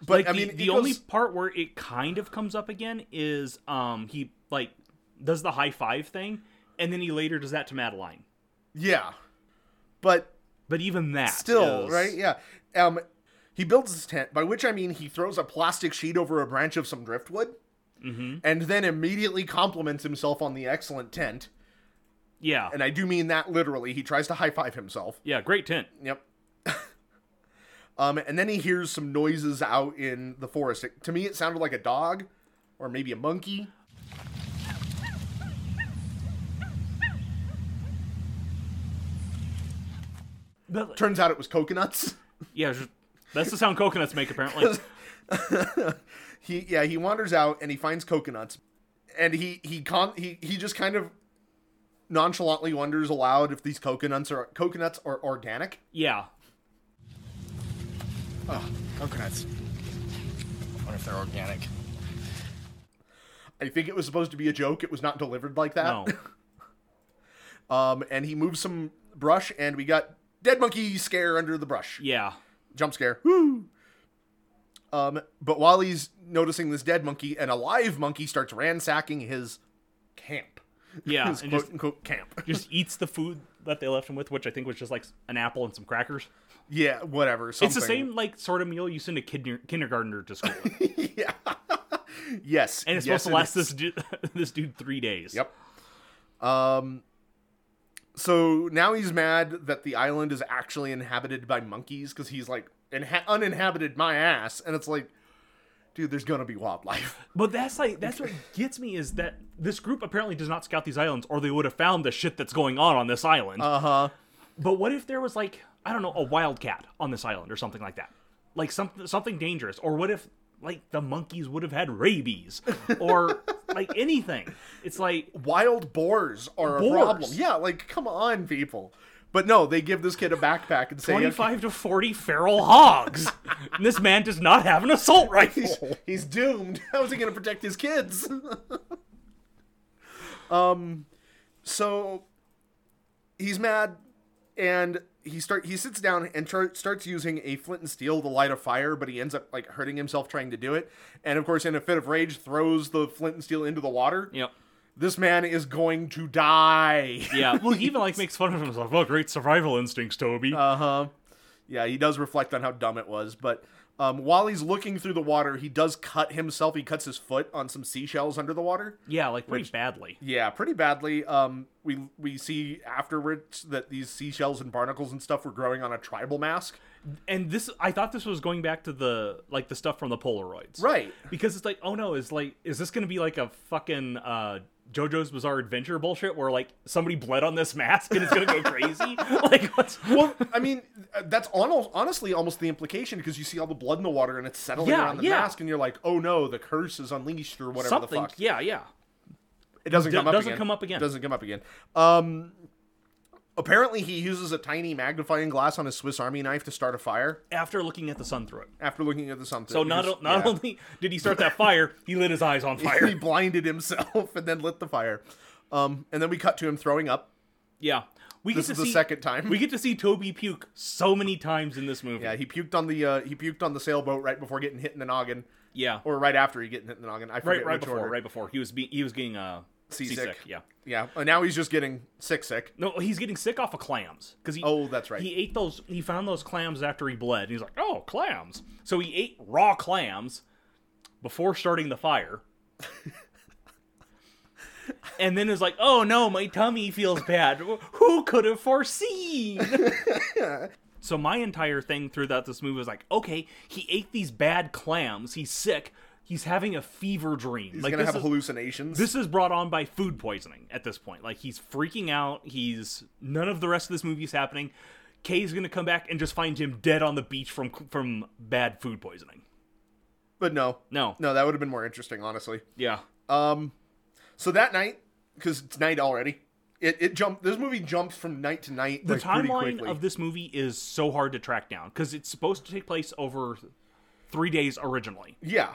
S1: But
S2: Like,
S1: I
S2: the-
S1: mean,
S2: the,
S1: it goes-
S2: only part where it kind of comes up again is um he like does the high five thing and then he later does that to Madeline.
S1: yeah, but
S2: But even that
S1: still,
S2: is-
S1: right? Yeah. Um, he builds his tent, by which I mean he throws a plastic sheet over a branch of some driftwood,
S2: Mm-hmm.
S1: and then immediately compliments himself on the excellent tent.
S2: Yeah.
S1: And I do mean that literally. He tries to high five himself.
S2: yeah, great tent.
S1: Yep. [laughs] um, and then he hears some noises out in the forest. It- to me, it sounded like a dog, or maybe a monkey.
S2: But-
S1: Turns out it was coconuts.
S2: [laughs]
S1: [laughs]
S2: yeah, just- that's the sound coconuts make apparently.
S1: he yeah he wanders out and he finds coconuts, and he he con- he he just kind of nonchalantly wonders aloud if these coconuts are coconuts are organic.
S2: yeah.
S3: oh, coconuts. wonder if they're organic.
S1: I think it was supposed to be a joke. It was not delivered like that.
S2: No.
S1: Um, and he moves some brush, and we got dead monkey scare under the brush.
S2: Yeah.
S1: Jump scare. Woo! Um, but while he's noticing this dead monkey, an alive monkey starts ransacking his camp.
S2: Yeah.
S1: his
S2: and
S1: quote
S2: just
S1: unquote
S2: [laughs]
S1: camp.
S2: just eats the food that they left him with, which I think was just like an apple and some crackers.
S1: yeah, whatever.
S2: It's the
S1: something.
S2: same like sort of meal you send a kid- kindergartner to
S1: [laughs]
S2: school, with.
S1: yeah. yes.
S2: and it's
S1: yes,
S2: supposed
S1: it
S2: to last
S1: is.
S2: this dude, [laughs] this dude three days.
S1: Yep. Um. So now he's mad that the island is actually inhabited by monkeys because he's like inha- uninhabited my ass, and it's like, dude, there's gonna be wildlife. [laughs]
S2: But that's like that's what gets me is that this group apparently does not scout these islands, or they would have found the shit that's going on on this island.
S1: Uh huh.
S2: but what if there was like I don't know a wildcat on this island or something like that, like something something dangerous, or what if like the monkeys would have had rabies or [laughs] like anything? It's like
S1: Wild boars are a
S2: Boars.
S1: problem. Yeah, like come on, people. But no, they give this kid a backpack and say,
S2: twenty
S1: okay,
S2: five to forty feral hogs. and this man does not have an assault
S1: [laughs] he's,
S2: rifle.
S1: he's doomed. [laughs] How is he gonna protect his kids? [laughs] um. So he's mad and he start he sits down and tr- starts using a flint and steel to light a fire but he ends up like hurting himself trying to do it and of course in a fit of rage throws the flint and steel into the water
S2: Yep.
S1: this man is going to die
S2: Yeah. Well, he even like makes fun of himself. Oh, great survival instincts, Toby.
S1: uh-huh [laughs] yeah he does reflect on how dumb it was but um, while he's looking through the water he does cut himself he cuts his foot on some seashells under the water
S2: yeah, like pretty badly.
S1: Yeah, pretty badly. Um, we we see afterwards that these seashells and barnacles and stuff were growing on a tribal mask.
S2: and this i thought this was going back to the like the stuff from the polaroids
S1: Right.
S2: because it's like oh no is like is this gonna be like a fucking uh jojo's bizarre adventure bullshit where like somebody bled on this mask and it's gonna go
S1: [laughs]
S2: crazy [laughs] like what's
S1: Well, I mean, that's on, honestly almost the implication because you see all the blood in the water and it's settling
S2: Yeah,
S1: around the
S2: yeah.
S1: mask, and you're like, oh no, the curse is unleashed or whatever
S2: something
S1: the fuck.
S2: yeah yeah
S1: It doesn't
S2: Do-
S1: come up.
S2: doesn't
S1: again.
S2: come up again.
S1: Doesn't come up again. Um, apparently he uses a tiny magnifying glass on his Swiss Army knife to start a fire
S2: after looking at the sun through it
S1: after looking at the something.
S2: so not,
S1: Because-
S2: o- not
S1: yeah.
S2: only did he start that fire he lit his
S1: [laughs]
S2: eyes on
S1: he
S2: fire
S1: blinded himself and then lit the fire. Um, and then we cut to him throwing up.
S2: yeah we
S1: This
S2: get
S1: is
S2: to
S1: the
S2: see
S1: second time.
S2: we get to see toby puke so many times in this movie
S1: Yeah, he puked on the uh, he puked on the sailboat right before getting hit in the noggin,
S2: yeah
S1: or right after he getting hit in the noggin. I forget
S2: right right
S1: which
S2: before
S1: order.
S2: right before he was be- he was getting uh
S1: Seasick.
S2: yeah
S1: Yeah, and now he's just getting sick, sick.
S2: No, he's getting sick off of clams because he.
S1: Oh, that's right.
S2: He ate those. He found those clams after he bled. And he's like, oh, clams. So he ate raw clams before starting
S1: [laughs]
S2: the fire. and then is like, oh no, my tummy feels bad. Who could
S1: [laughs]
S2: have foreseen? so my entire thing throughout this movie was like, okay, he ate these bad clams. He's sick. He's having a fever dream.
S1: He's
S2: like
S1: gonna
S2: this
S1: have
S2: is-
S1: hallucinations.
S2: this is brought on by food poisoning at this point. Like he's freaking out. He's none of the rest of this movie is happening. Kay's gonna come back and just find him dead on the beach from from bad food poisoning.
S1: but no,
S2: No.
S1: no, that would have been more interesting, honestly.
S2: Yeah.
S1: Um, so that night, because it's night already, it it jumped. This movie jumps from night to night.
S2: The
S1: like, pretty
S2: timeline
S1: quickly.
S2: of this movie is so hard to track down because it's supposed to take place over three days originally,
S1: yeah,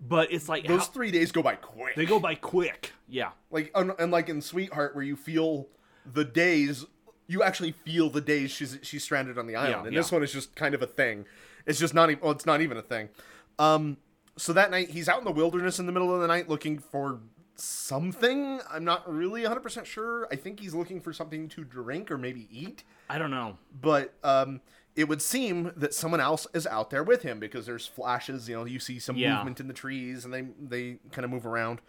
S2: but it's like
S1: those
S2: how-
S1: three days go by quick.
S2: they go by quick. Yeah.
S1: like un- unlike in Sweetheart, where you feel the days, you actually feel the days she's she's stranded on the island.
S2: Yeah,
S1: and
S2: yeah.
S1: this one is just kind of a thing. It's just not even. Well, it's not even a thing. Um, so that night he's out in the wilderness in the middle of the night looking for something. I'm not really 100 percent sure. I think he's looking for something to drink or maybe eat.
S2: I don't know.
S1: But um, it would seem that someone else is out there with him because there's flashes. You know, you see some
S2: Yeah.
S1: movement in the trees, and they they kind of move around.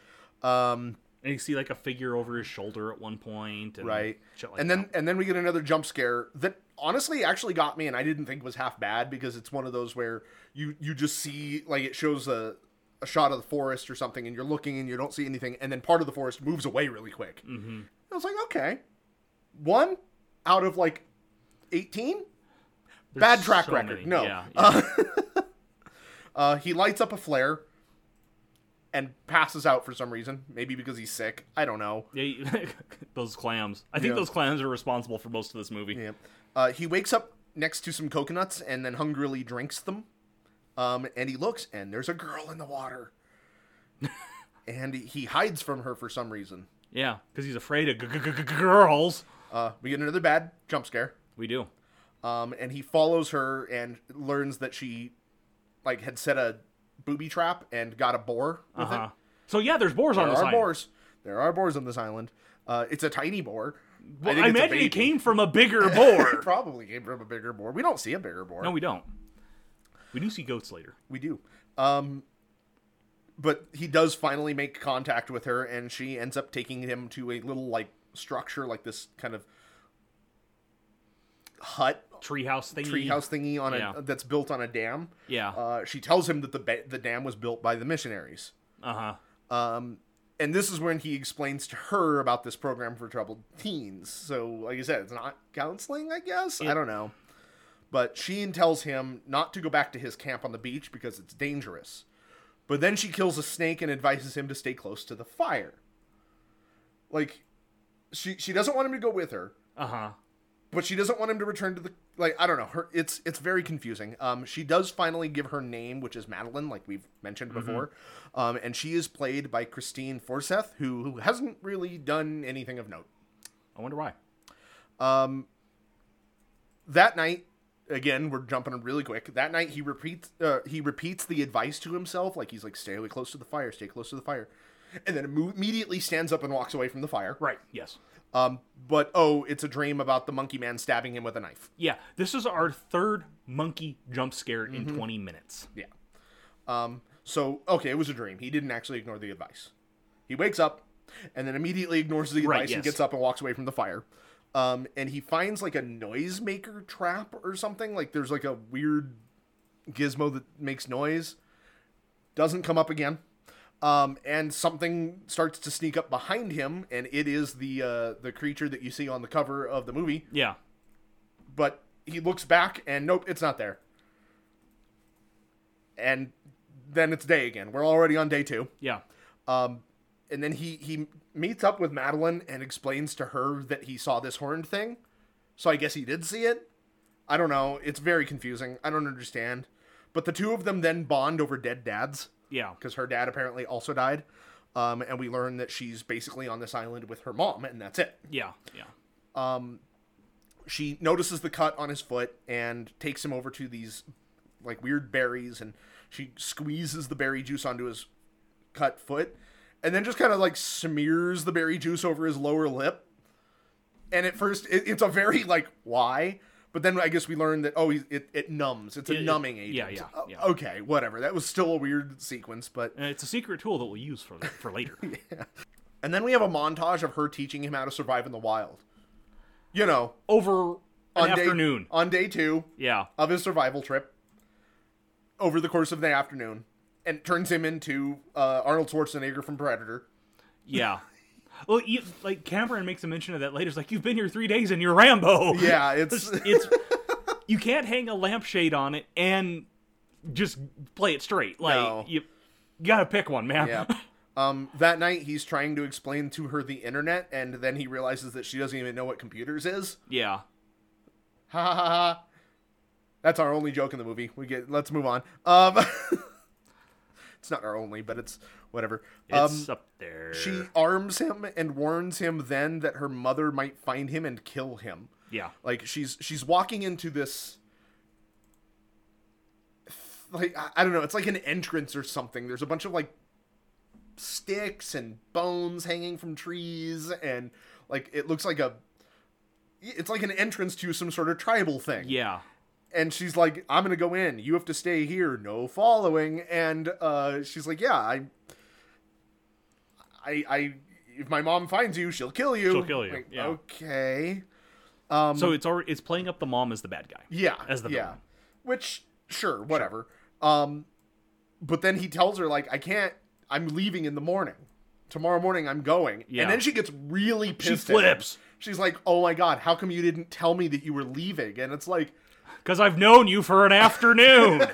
S1: Um,
S2: And you see like a figure over his shoulder at one point, and
S1: right
S2: Shit like
S1: and then and then we get another jump scare that honestly actually got me and i didn't think was half bad because it's one of those where you you just see like it shows a a shot of the forest or something and you're looking and you don't see anything and then part of the forest moves away really quick mm-hmm. i was like okay one out of like 18
S2: that.
S1: bad
S2: There's
S1: track
S2: so
S1: record
S2: many.
S1: no Oh,
S2: Yeah, yeah.
S1: uh, he lights up a flare and passes out for some reason maybe because he's sick i don't know
S2: Yeah, you- [laughs] those clams. I think
S1: Yeah.
S2: those clams are responsible for most of this movie.
S1: Yeah. Uh, he wakes up next to some coconuts and then hungrily drinks them. Um, and he looks,
S2: [laughs]
S1: and there's a girl in the water. and he hides from her for some reason.
S2: Yeah, because he's afraid of g- g- g- g- girls.
S1: Uh, we get another bad jump scare.
S2: We do.
S1: Um, and he follows her and learns that she, like, had set a booby trap and got a boar with
S2: Uh-huh.
S1: it.
S2: So yeah, there's boars on
S1: There
S2: this
S1: are
S2: island.
S1: boars. There are boars on this island. Uh, it's a tiny boar.
S2: Well, I,
S1: think it's a
S2: imagine
S1: baby.
S2: it
S1: [laughs]
S2: came from a bigger boar.
S1: Probably came from a bigger boar. We don't see a bigger boar.
S2: no, we don't. We do see goats later.
S1: We do. Um, but he does finally make contact with her, and she ends up taking him to a little like structure, like this kind of hut
S2: Treehouse thingy.
S1: treehouse thingy on
S2: E. Yeah. Ah.
S1: a that's built on a dam.
S2: Yeah.
S1: Uh, she tells him that the ba- the dam was built by the missionaries.
S2: Uh huh.
S1: Um, and this is when he explains to her about this program for troubled teens. So, like I said, it's not counseling, I guess. I don't know. But Sheen tells him not to go back to his camp on the beach because it's dangerous. But then she kills a snake and advises him to stay close to the fire. Like, she she doesn't want him to go with her,
S2: Uh huh.
S1: but she doesn't want him to return to the like. I don't know. Her it's it's very confusing. Um, she does finally give her name, which is Madeline, like we've mentioned before, um, and she is played by Christine Forseth, who, who hasn't really done anything of note.
S2: I wonder why.
S1: That night, again, we're jumping really quick. That night, he repeats uh, he repeats the advice to himself, like he's like, "Stay away close to the fire, stay close to the fire," and then immo- immediately stands up and walks away from the fire.
S2: Right. Yes.
S1: Um, but oh, it's a dream about the monkey man stabbing him with a knife.
S2: Yeah. This is our third monkey jump scare
S1: Mm-hmm.
S2: in 20 minutes.
S1: Yeah. Um, so okay, it was a dream. He didn't actually ignore the advice. He wakes up and then immediately ignores the advice
S2: Right,
S1: and
S2: yes.
S1: gets up and walks away from the fire. Um, and he finds like a noisemaker trap or something. Like there's like a weird gizmo that makes noise. Doesn't come up again. Um, and something starts to sneak up behind him, and it is the uh, the creature that you see on the cover of the movie.
S2: Yeah.
S1: But he looks back, and nope, it's not there. And then it's day again. We're already on day two.
S2: Yeah.
S1: Um, and then he he meets up with Madeline and explains to her that he saw this horned thing. So I guess he did see it. I don't know. It's very confusing. I don't understand. But the two of them then bond over dead dads
S2: Yeah.
S1: because her dad apparently also died. Um, and we learn that she's basically on this island with her mom, and that's it.
S2: Yeah. Yeah.
S1: she notices the cut on his foot and takes him over to these like weird berries and she squeezes the berry juice onto his cut foot and then just kind of like smears the berry juice over his lower lip and at first it, it's a very like why but then i guess we learned that oh he- it, it numbs it's a
S2: Yeah, yeah.
S1: numbing
S2: Yeah,
S1: agent
S2: yeah, yeah.
S1: O- okay whatever that was still a weird sequence but
S2: And it's a secret tool that we'll use for
S1: [laughs]
S2: for later.
S1: and then we have a montage of her teaching him how to survive in the wild you know
S2: Over an
S1: on day-
S2: afternoon.
S1: on day two
S2: Yeah.
S1: of his survival trip over the course of the afternoon and turns him into uh, Arnold Schwarzenegger from Predator.
S2: Yeah. [laughs] Well, you, like Cameron makes a mention of that later. It's like you've been here three days and you're Rambo.
S1: Yeah, it's
S2: [laughs] it's you can't hang a lampshade on it and just play it straight. Like
S1: No.
S2: you, you gotta pick one, man. [laughs]
S1: yeah. Um, that night he's trying to explain to her the internet, and then he realizes that she doesn't even know what computers is. [laughs]
S2: yeah.
S1: Ha ha ha. ha. That's our only joke in the movie. We get. Let's move on. Um, [laughs] it's not our only, but it's whatever. um,
S2: It's up there.
S1: she arms him and warns him then that her mother might find him and kill him.
S2: yeah.
S1: like she's she's walking into this like I, I don't know it's like an entrance or something there's a bunch of like sticks and bones hanging from trees and like it looks like a it's like an entrance to some sort of tribal thing
S2: Yeah.
S1: and she's like i'm gonna go in you have to stay here no following and uh she's like yeah i i i if my mom finds you she'll kill you
S2: She'll kill you,
S1: Like,
S2: yeah.
S1: okay
S2: so it's already, it's playing up the mom as the bad guy.
S1: Um, Yeah.
S2: as the
S1: yeah.
S2: villain.
S1: Which sure, whatever. Um but then he tells her like I can't I'm leaving in the morning. Tomorrow morning I'm going.
S2: Yeah.
S1: And then she gets really
S2: She
S1: pissed. at him.
S2: flips
S1: She's like, "Oh my god, how come you didn't tell me that you were leaving?" And it's like
S2: because I've known you for an afternoon.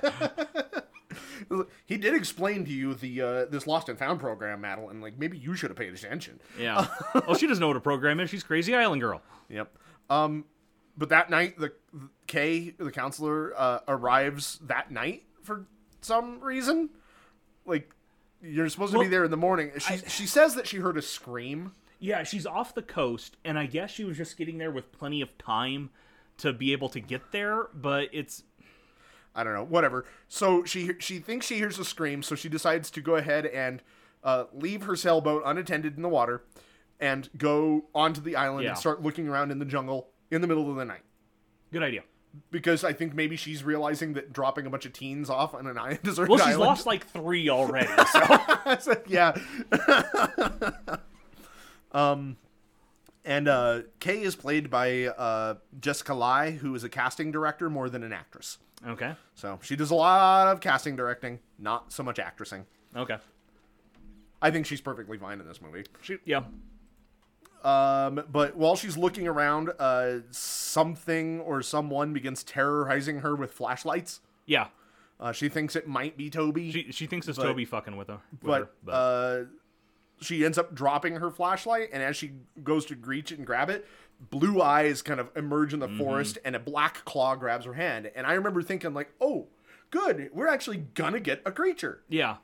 S1: he did explain to you the uh this lost and found program, Madeline, like maybe you should have paid attention.
S2: [laughs] yeah. Well, she doesn't know what a program is. She's crazy island girl.
S1: Yep. Um, but that night, the the K, the counselor, uh, arrives that night for some reason. Like you're supposed to be
S2: Well,
S1: there in the morning. She she says that she heard a scream.
S2: Yeah, she's off the coast, and I guess she was just getting there with plenty of time to be able to get there, but it's
S1: I don't know, whatever. So she she thinks she hears a scream, so she decides to go ahead and uh, leave her sailboat unattended in the water and go onto the island
S2: Yeah.
S1: and start looking around in the jungle in the middle of the night.
S2: good idea.
S1: Because I think maybe she's realizing that dropping a bunch of teens off on an [laughs] island is
S2: Well, she's lost like
S1: [laughs]
S2: three already. So.
S1: yeah. [laughs] um, and uh, Kay is played by uh, Jessica Lai, who is a casting director more than an actress.
S2: okay,
S1: So she does a lot of casting directing, not so much actressing.
S2: okay,
S1: I think she's perfectly fine in this movie. She,
S2: yeah,
S1: um, but while she's looking around, uh, something or someone begins terrorizing her with flashlights.
S2: yeah.
S1: Uh, she thinks it might be Toby,
S2: She she thinks it's
S1: But-
S2: Toby fucking with her, with her,
S1: but,
S2: but
S1: Uh, she ends up dropping her flashlight. And as she goes to reach it and grab it, blue eyes kind of emerge in the forest, and a black claw grabs her hand. And I remember thinking, like, oh, good, we're actually gonna get a creature.
S2: yeah,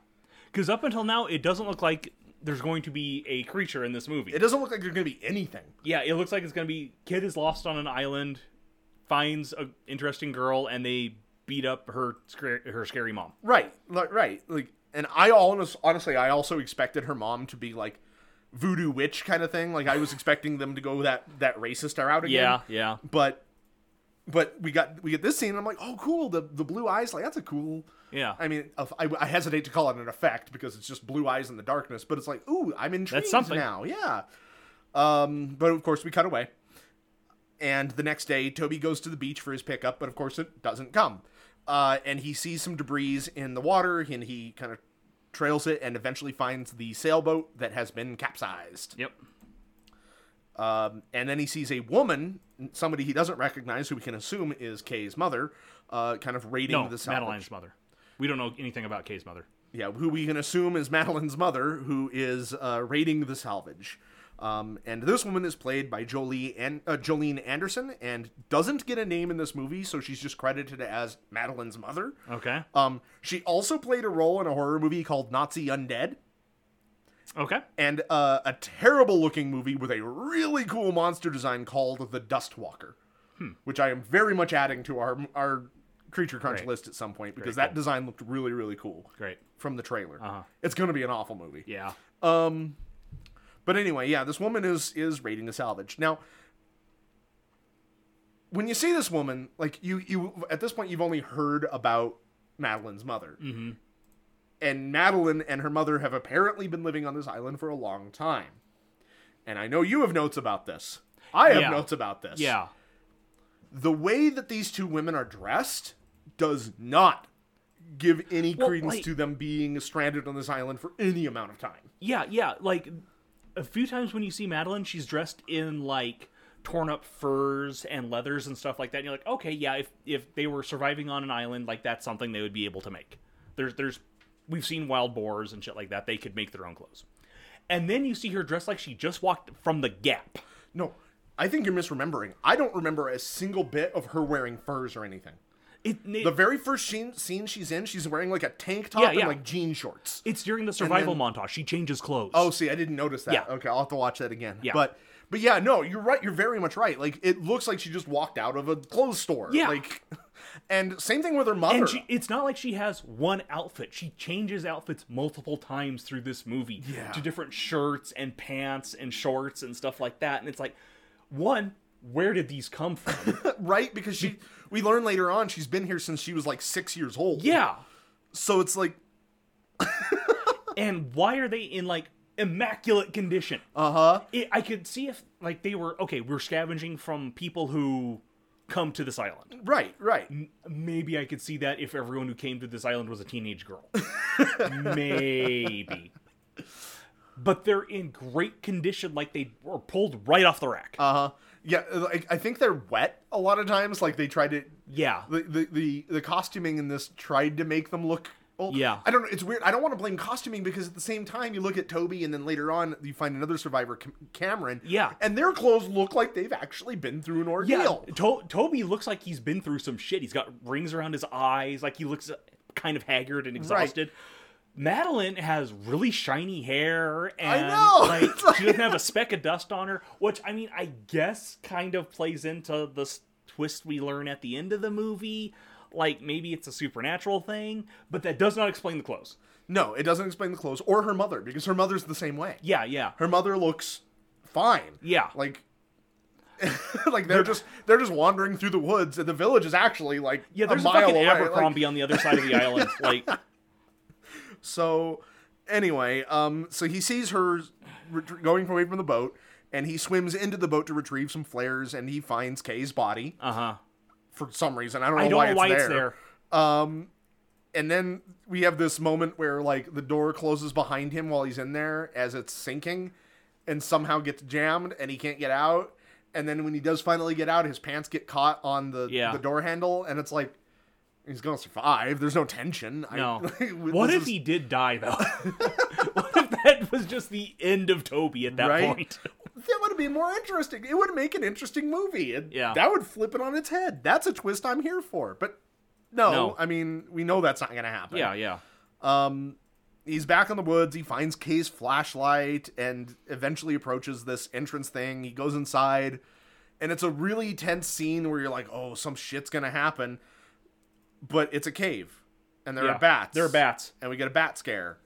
S2: because up until now it doesn't look like there's going to be a creature in this movie.
S1: It doesn't look like there's gonna be anything.
S2: yeah, it looks like it's gonna be kid is lost on an island, finds a interesting girl, and they beat up her scar- her scary mom.
S1: Right, li- right. Like, and I honest, honestly, I also expected her mom to be like voodoo witch kind of thing. Like, I was expecting them to go that that racist route again.
S2: Yeah, yeah.
S1: But, but we got we get this scene. and I'm like, oh, cool. The the blue eyes. Like, that's a cool.
S2: Yeah.
S1: I mean, of- I, I hesitate to call it an effect because it's just blue eyes in the darkness. But it's like, ooh, I'm intrigued
S2: something.
S1: now. Yeah. Um. But of course, we cut away. And the next day, Toby goes to the beach for his pickup, but of course it doesn't come. Uh, and he sees some debris in the water, and he kind of trails it, and eventually finds the sailboat that has been capsized.
S2: Yep.
S1: Um, and then he sees a woman, somebody he doesn't recognize, who we can assume is Kay's mother, uh, kind of raiding
S2: No,
S1: the salvage.
S2: Madeline's mother. We don't know anything about Kay's mother.
S1: Yeah, who we can assume is [laughs] Madeline's mother, who is uh, raiding the salvage. Um, and this woman is played by Jolie and uh, Jolene Anderson, and doesn't get a name in this movie, so she's just credited as Madeline's mother.
S2: Okay.
S1: Um, she also played a role in a horror movie called Nazi Undead,
S2: Okay.
S1: and uh, a terrible-looking movie with a really cool monster design called The Dust Walker,
S2: Hmm.
S1: which I am very much adding to our our creature crunch
S2: Great.
S1: list at some point because
S2: Very
S1: that design looked really really cool
S2: Great.
S1: from the trailer.
S2: Uh-huh.
S1: It's going to be an awful movie.
S2: Yeah.
S1: But anyway, yeah, this woman is is raiding the salvage. Now, when you see this woman, like you you at this point you've only heard about Madeline's mother. Mm-hmm. And Madeline and her mother have apparently been living on this island for a long time. And I know you have notes about this. I have
S2: Yeah.
S1: notes about this.
S2: Yeah.
S1: The way that these two women are dressed does not give any
S2: Well,
S1: credence
S2: like-
S1: to them being stranded on this island for any amount of time.
S2: Yeah, yeah. Like a few times when you see Madeline, she's dressed in like torn up furs and leathers and stuff like that. And you're like, okay, yeah, if if they were surviving on an island, like that's something they would be able to make. There's there's we've seen wild boars and shit like that. They could make their own clothes. And then you see her dressed like she just walked from the gap.
S1: No, I think you're misremembering. I don't remember a single bit of her wearing furs or anything.
S2: It, it-
S1: The very first scene, scene she's in, she's wearing like a tank top
S2: Yeah,
S1: and
S2: yeah.
S1: like jean shorts.
S2: it's during the survival
S1: then-
S2: montage. She changes clothes.
S1: Oh, see, I didn't notice that.
S2: Yeah.
S1: Okay, I'll have to watch that again.
S2: Yeah.
S1: But but yeah, no, you're right. You're very much right. Like it looks like she just walked out of a clothes store.
S2: Yeah.
S1: Like, [laughs] and same thing with her mother.
S2: And she, it's not like she has one outfit. She changes outfits multiple times through this movie
S1: Yeah.
S2: to different shirts and pants and shorts and stuff like that. And it's like, one, where did these come from?
S1: [laughs] right? Because she, we learn later on, she's been here since she was like six years old.
S2: yeah.
S1: So it's like,
S2: And why are they in like immaculate condition?
S1: uh huh.
S2: It, I could see if like they were okay. We're scavenging from people who come to this island.
S1: Right. Right.
S2: Maybe I could see that if everyone who came to this island was a teenage girl. Maybe. But they're in great condition, like they were pulled right off the rack.
S1: Uh huh. Yeah. Like I think they're wet a lot of times. Like they try to
S2: yeah.
S1: the, the the the costuming in this tried to make them look old.
S2: Yeah.
S1: I don't know. It's weird. I don't want to blame costuming because at the same time you look at Toby and then later on you find another survivor, Cam- Cameron.
S2: Yeah.
S1: and their clothes look like they've actually been through an
S2: Yeah.
S1: ordeal.
S2: To- Toby looks like he's been through some shit. He's got rings around his eyes, like he looks kind of haggard and exhausted. Madeline has really shiny hair, and
S1: know! [laughs]
S2: like,
S1: It's like-
S2: she doesn't have a speck of dust on her. Which I mean, I guess kind of plays into the s- twist we learn at the end of the movie. Like maybe it's a supernatural thing, but that does not explain the clothes.
S1: No, it doesn't explain the clothes or her mother because her mother's the same way.
S2: Yeah, yeah,
S1: Her mother looks fine.
S2: yeah.
S1: Like [laughs] like they're just they're just wandering through the woods and the village is actually like
S2: yeah, there's
S1: a
S2: a,
S1: mile
S2: fucking
S1: away. Like,
S2: Abercrombie on the other
S1: [laughs]
S2: side of the island. Like,
S1: So anyway, um, so he sees her ret- going away from the boat, and he swims into the boat to retrieve some flares, and he finds Kay's body
S2: uh huh.
S1: for some reason. I don't know,
S2: I don't
S1: why,
S2: know
S1: it's,
S2: why
S1: there.
S2: it's there.
S1: And then we have this moment where like the door closes behind him while he's in there as it's sinking, and somehow gets jammed, and he can't get out. And then when he does finally get out, his pants get caught on the
S2: Yeah.
S1: the door handle, and it's like. He's gonna survive. There's no tension. I- [laughs]
S2: [laughs] No. what
S1: this
S2: if
S1: is-
S2: he did die though? [laughs] what if that was just the end of Toby at that
S1: Right?
S2: point?
S1: that would be more interesting. It would make an interesting movie. And
S2: Yeah.
S1: That would flip it on its head. That's a twist I'm here for. But no,
S2: No.
S1: I mean, we know that's not going to happen.
S2: [laughs] Yeah, yeah.
S1: He's back in the woods. He finds Kay's flashlight and eventually approaches this entrance thing. He goes inside. And it's a really tense scene where you're like, oh, some shit's going to happen. But it's a cave. And there
S2: yeah.
S1: are bats.
S2: There are bats.
S1: And we get a bat scare.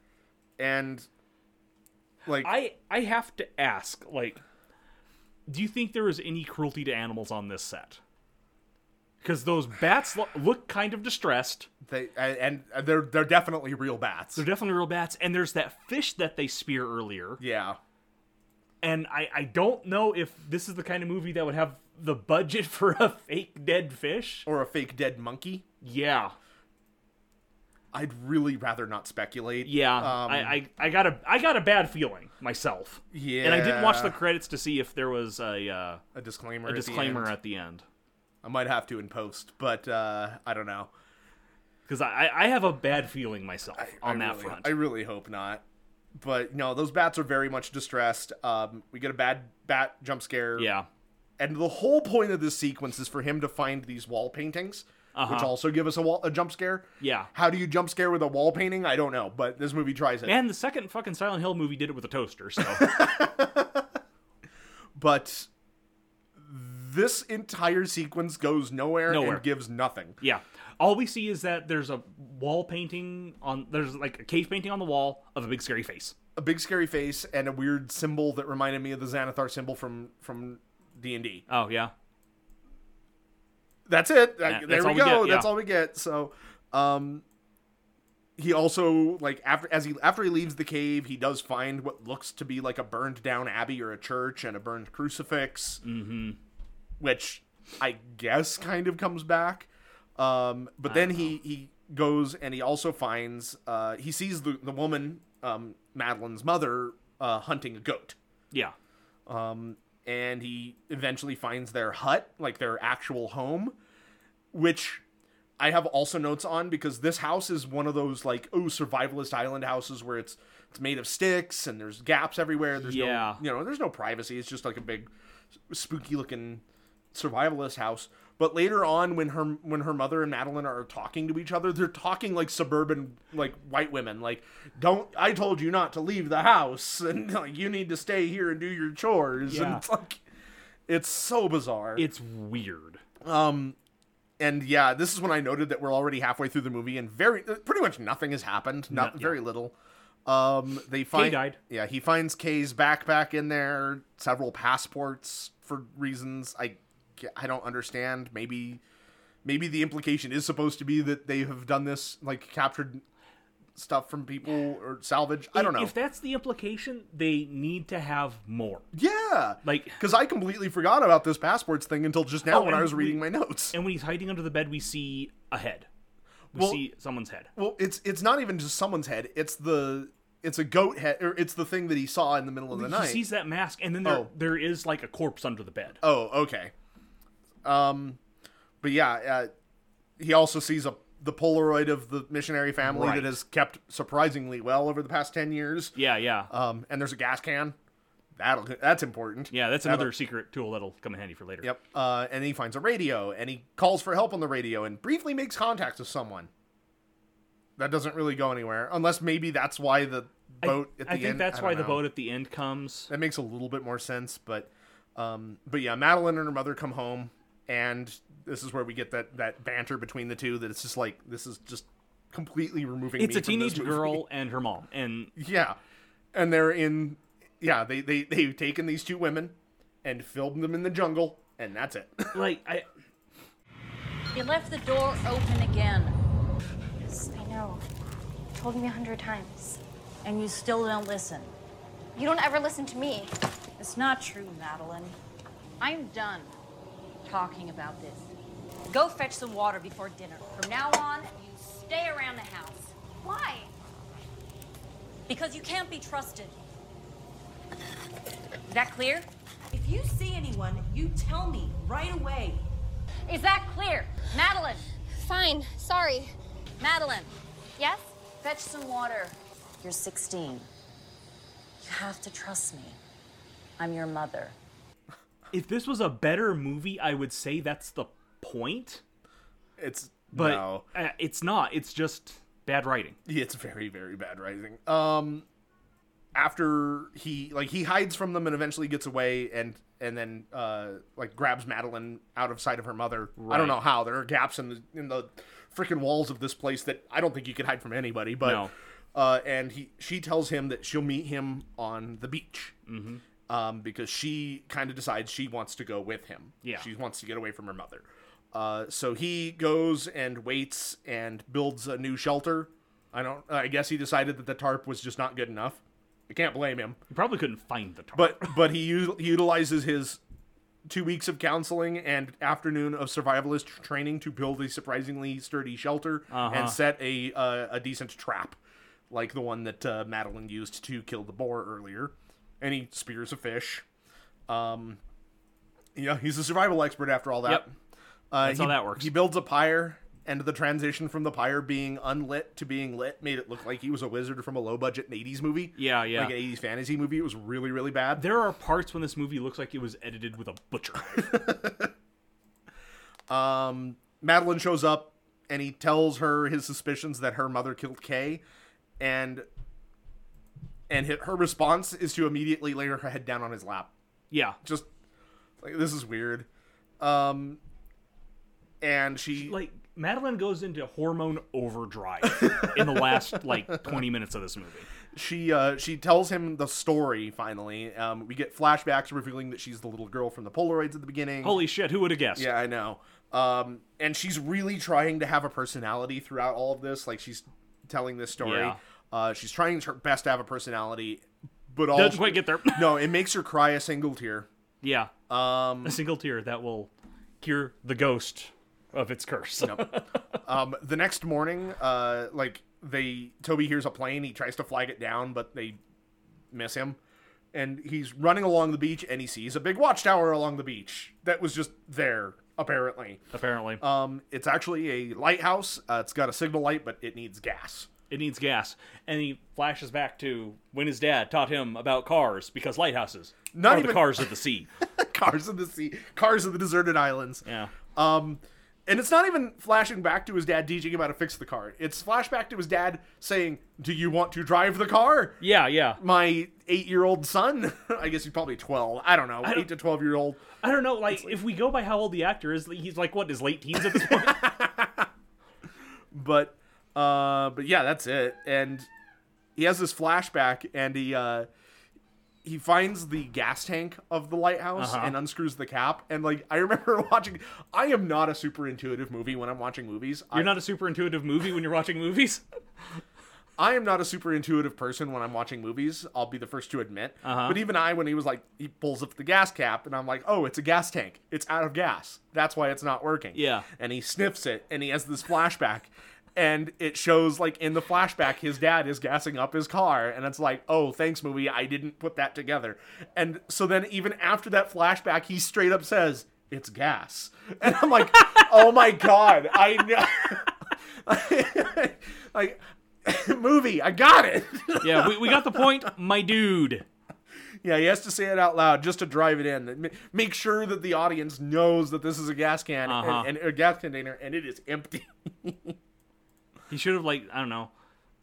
S1: And, like,
S2: I I have to ask, like, do you think there was any cruelty to animals on this set? Because those bats lo- look kind of distressed.
S1: they, and and they're, they're definitely real bats.
S2: They're definitely real bats, and there's that fish that they spear earlier.
S1: yeah.
S2: And I I don't know if this is the kind of movie that would have the budget [laughs] for a fake dead fish.
S1: or a fake dead monkey.
S2: Yeah.
S1: I'd really rather not speculate.
S2: Yeah,
S1: Um,
S2: I, I I got a I got a bad feeling myself.
S1: Yeah.
S2: and I didn't watch the credits to see if there was a, uh,
S1: a disclaimer.
S2: a
S1: at the
S2: disclaimer
S1: end.
S2: at the end
S1: I might have to in post, but uh, I don't know.
S2: because I I have a bad feeling myself on
S1: I
S2: that
S1: really,
S2: front.
S1: I really hope not. But no, those bats are very much distressed. Um, we get a bad bat jump scare.
S2: yeah,
S1: And the whole point of this sequence is for him to find these wall paintings, which
S2: Uh-huh.
S1: also give us a, wall, a jump scare.
S2: yeah.
S1: How do you jump scare with a wall painting? I don't know, but this movie tries it.
S2: And the second fucking Silent Hill movie did it with a toaster. So
S1: [laughs] But this entire sequence goes nowhere,
S2: Nowhere.
S1: and gives nothing.
S2: yeah, all we see is that there's a wall painting on there's like a cave painting on the wall of a big scary face.
S1: a big scary face and a weird symbol that reminded me of the Xanathar symbol from from D and D.
S2: Oh yeah,
S1: That's it. That-
S2: that's
S1: there we
S2: all we
S1: go.
S2: get, yeah.
S1: That's all we get. So, um, he also like after as he after he leaves the cave, he does find what looks to be like a burned down abbey or a church and a burned crucifix, mm-hmm. which I guess kind of comes back. Um, but then he he goes and he also finds uh, he sees the the woman um, Madeline's mother uh, hunting a goat.
S2: yeah,
S1: and he eventually finds their hut, like their actual home, which I have also notes on because this house is one of those like oh survivalist island houses where it's it's made of sticks and there's gaps everywhere. There's
S2: Yeah.
S1: no you know there's no privacy. It's just like a big spooky looking survivalist house. But later on, when her when her mother and Madeline are talking to each other, they're talking like suburban like white women. Like, don't I told you not to leave the house, [laughs] and like you need to stay here and do your chores. And
S2: Yeah.
S1: it's like, it's so bizarre.
S2: it's weird.
S1: um, and yeah, this is when I noted that we're already halfway through the movie, and very uh, pretty much nothing has happened. Not
S2: yeah.
S1: very little. Um, they find
S2: died.
S1: Yeah, he finds Kay's backpack in there, several passports for reasons I ca- I don't understand. Maybe maybe the implication is supposed to be that they have done this like captured stuff from people or salvage. I don't know.
S2: If that's the implication, they need to have more.
S1: yeah.
S2: Like
S1: Cuz I completely forgot about this passports thing until just now
S2: Oh,
S1: when I
S2: and
S1: was reading
S2: we-
S1: my notes.
S2: And when he's hiding under the bed, we see a head. We
S1: Well-
S2: see someone's head.
S1: Well, it's it's not even just someone's head. It's the it's a goat head or it's the thing that he saw in the middle of the
S2: He
S1: night.
S2: sees that mask, and then there,
S1: Oh.
S2: there is like a corpse under the bed.
S1: Oh, okay. Um, but yeah, uh, he also sees a the Polaroid of the missionary family
S2: Right.
S1: that has kept surprisingly well over the past ten years.
S2: Yeah, yeah,
S1: Um, and there's a gas can. That'll that's important.
S2: yeah. That's
S1: that'll-
S2: another secret tool that'll come in handy for later.
S1: Yep. Uh, and he finds a radio and he calls for help on the radio and briefly makes contact with someone. that doesn't really go anywhere unless maybe that's why the boat at the
S2: I think
S1: end-
S2: that's
S1: don't
S2: why the
S1: know.
S2: boat at the end comes.
S1: that makes a little bit more sense but um but yeah madeline and her mother come home and this is where we get that that banter between the two that it's just like this is just completely removing
S2: It's
S1: me
S2: a
S1: from this
S2: teenage
S1: movie.
S2: girl and her mom, and
S1: [laughs] yeah and they're in yeah they, they they've taken these two women and filmed them in the jungle and that's it
S2: like I,
S4: You left the door open again,
S5: Yes, I know. You told me a hundred times.
S4: and you still don't listen.
S5: You don't ever listen to me.
S4: It's not true, Madeline. I'm done talking about this. Go fetch some water before dinner. From now on, you stay around the house
S5: Why?
S4: because you can't be trusted. Is that clear?
S6: If you see anyone, you tell me right away.
S4: Is that clear? Madeline,
S5: Fine. Sorry.
S4: Madeline,
S5: Yes?
S4: fetch some water. You're 16. You have to trust me. I'm your mother.
S2: if this was a better movie, I would say that's the point.
S1: it's
S2: But
S1: no.
S2: uh, it's not. It's just bad writing.
S1: Yeah, it's very, very bad writing. Um, after he like he hides from them and eventually gets away, and and then uh like grabs Madeline out of sight of her mother. I don't
S2: Right.
S1: know how there are gaps in the in the freaking walls of this place that I don't think you could hide from anybody. But
S2: No.
S1: uh, and he she tells him that she'll meet him on the beach. Mm-hmm. Um, because she kind of decides she wants to go with him.
S2: Yeah.
S1: She wants to get away from her mother. Uh, so he goes and waits and builds a new shelter. I don't. I guess he decided that the tarp was just not good enough. I can't blame him.
S2: You probably couldn't find the tarp.
S1: But but he, u- he utilizes his two weeks of counseling and afternoon of survivalist training to build a surprisingly sturdy shelter
S2: Uh-huh.
S1: and set a uh, a decent trap, like the one that uh, Madeline used to kill the boar earlier. And he spears a fish. Um, yeah, he's a survival expert after all that.
S2: Yep.
S1: Uh,
S2: That's
S1: he-
S2: how that works.
S1: He builds a pyre, and the transition from the pyre being unlit to being lit made it look like he was a wizard from a low budget '80s movie.
S2: Yeah, yeah.
S1: like an '80s fantasy movie. It was really, really bad.
S2: there are parts when this movie looks like it was edited with a butcher.
S1: [laughs] Um, Madeline shows up, and he tells her his suspicions that her mother killed Kay, and and hi- her response is to immediately lay her head down on his lap.
S2: yeah.
S1: Just like this is weird. Um, and she
S2: Like Madeline goes into hormone
S1: [laughs]
S2: overdrive in the last like 20 minutes of this movie.
S1: she uh, she tells him the story finally. Um, we get flashbacks revealing that she's the little girl from the Polaroids at the beginning.
S2: Holy shit, who would have guessed?
S1: yeah, I know. Um, and she's really trying to have a personality throughout all of this. Like she's telling this story.
S2: Yeah.
S1: Uh, she's trying her best to have a personality, but all
S2: Doesn't quite get there. [laughs]
S1: no, it makes her cry a single tear.
S2: Yeah.
S1: Um,
S2: a single tear that will cure the ghost of its curse.
S1: Um, the next morning, uh, like they Toby hears a plane. He tries to flag it down, but they miss him. And he's running along the beach, and he sees a big watchtower along the beach that was just there, apparently.
S2: Apparently,
S1: Um, it's actually a lighthouse. Uh, it's got a signal light, but it needs gas.
S2: it needs gas, and he flashes back to when his dad taught him about cars because lighthouses
S1: Not
S2: are
S1: even-
S2: the cars of the sea.
S1: [laughs] cars of the sea, cars of the deserted islands.
S2: Yeah.
S1: Um, and it's not even flashing back to his dad teaching him how to fix the car. It's flashback to his dad saying, "Do you want to drive the car?"
S2: Yeah, yeah.
S1: my eight-year-old son. [laughs] I guess he's probably twelve. I don't know,
S2: don't-
S1: eight to twelve-year-old.
S2: I don't know. Like, if we go by how old the actor is, he's like what his late teens at
S1: [laughs]
S2: this point.
S1: But, uh, but yeah, that's it. And he has this flashback, and he uh, he finds the gas tank of the lighthouse
S2: Uh-huh.
S1: and unscrews the cap. And like, I remember [laughs] watching. I am not a super intuitive movie when I'm watching movies. I,
S2: You're not a super intuitive movie when you're watching movies.
S1: I am not a super intuitive person when I'm watching movies. I'll be the first to admit. But even I, when he was like, he pulls up the gas cap, and I'm like, oh, it's a gas tank. It's out of gas. That's why it's not working.
S2: Yeah.
S1: And he sniffs it, and he has this flashback, and it shows like in the flashback his dad is gassing up his car, and it's like, oh, thanks, movie. I didn't put that together. And so then even after that flashback, he straight up says, it's gas. [laughs] And I'm like, oh my god, I [laughs] know. [laughs] like movie. I got it. [laughs]
S2: Yeah, we, we got the point, my dude.
S1: yeah, he has to say it out loud just to drive it in. M- Make sure that the audience knows that this is a gas can
S2: Uh-huh. [laughs]
S1: and, and a gas container, and it is empty.
S2: He should have like I don't know,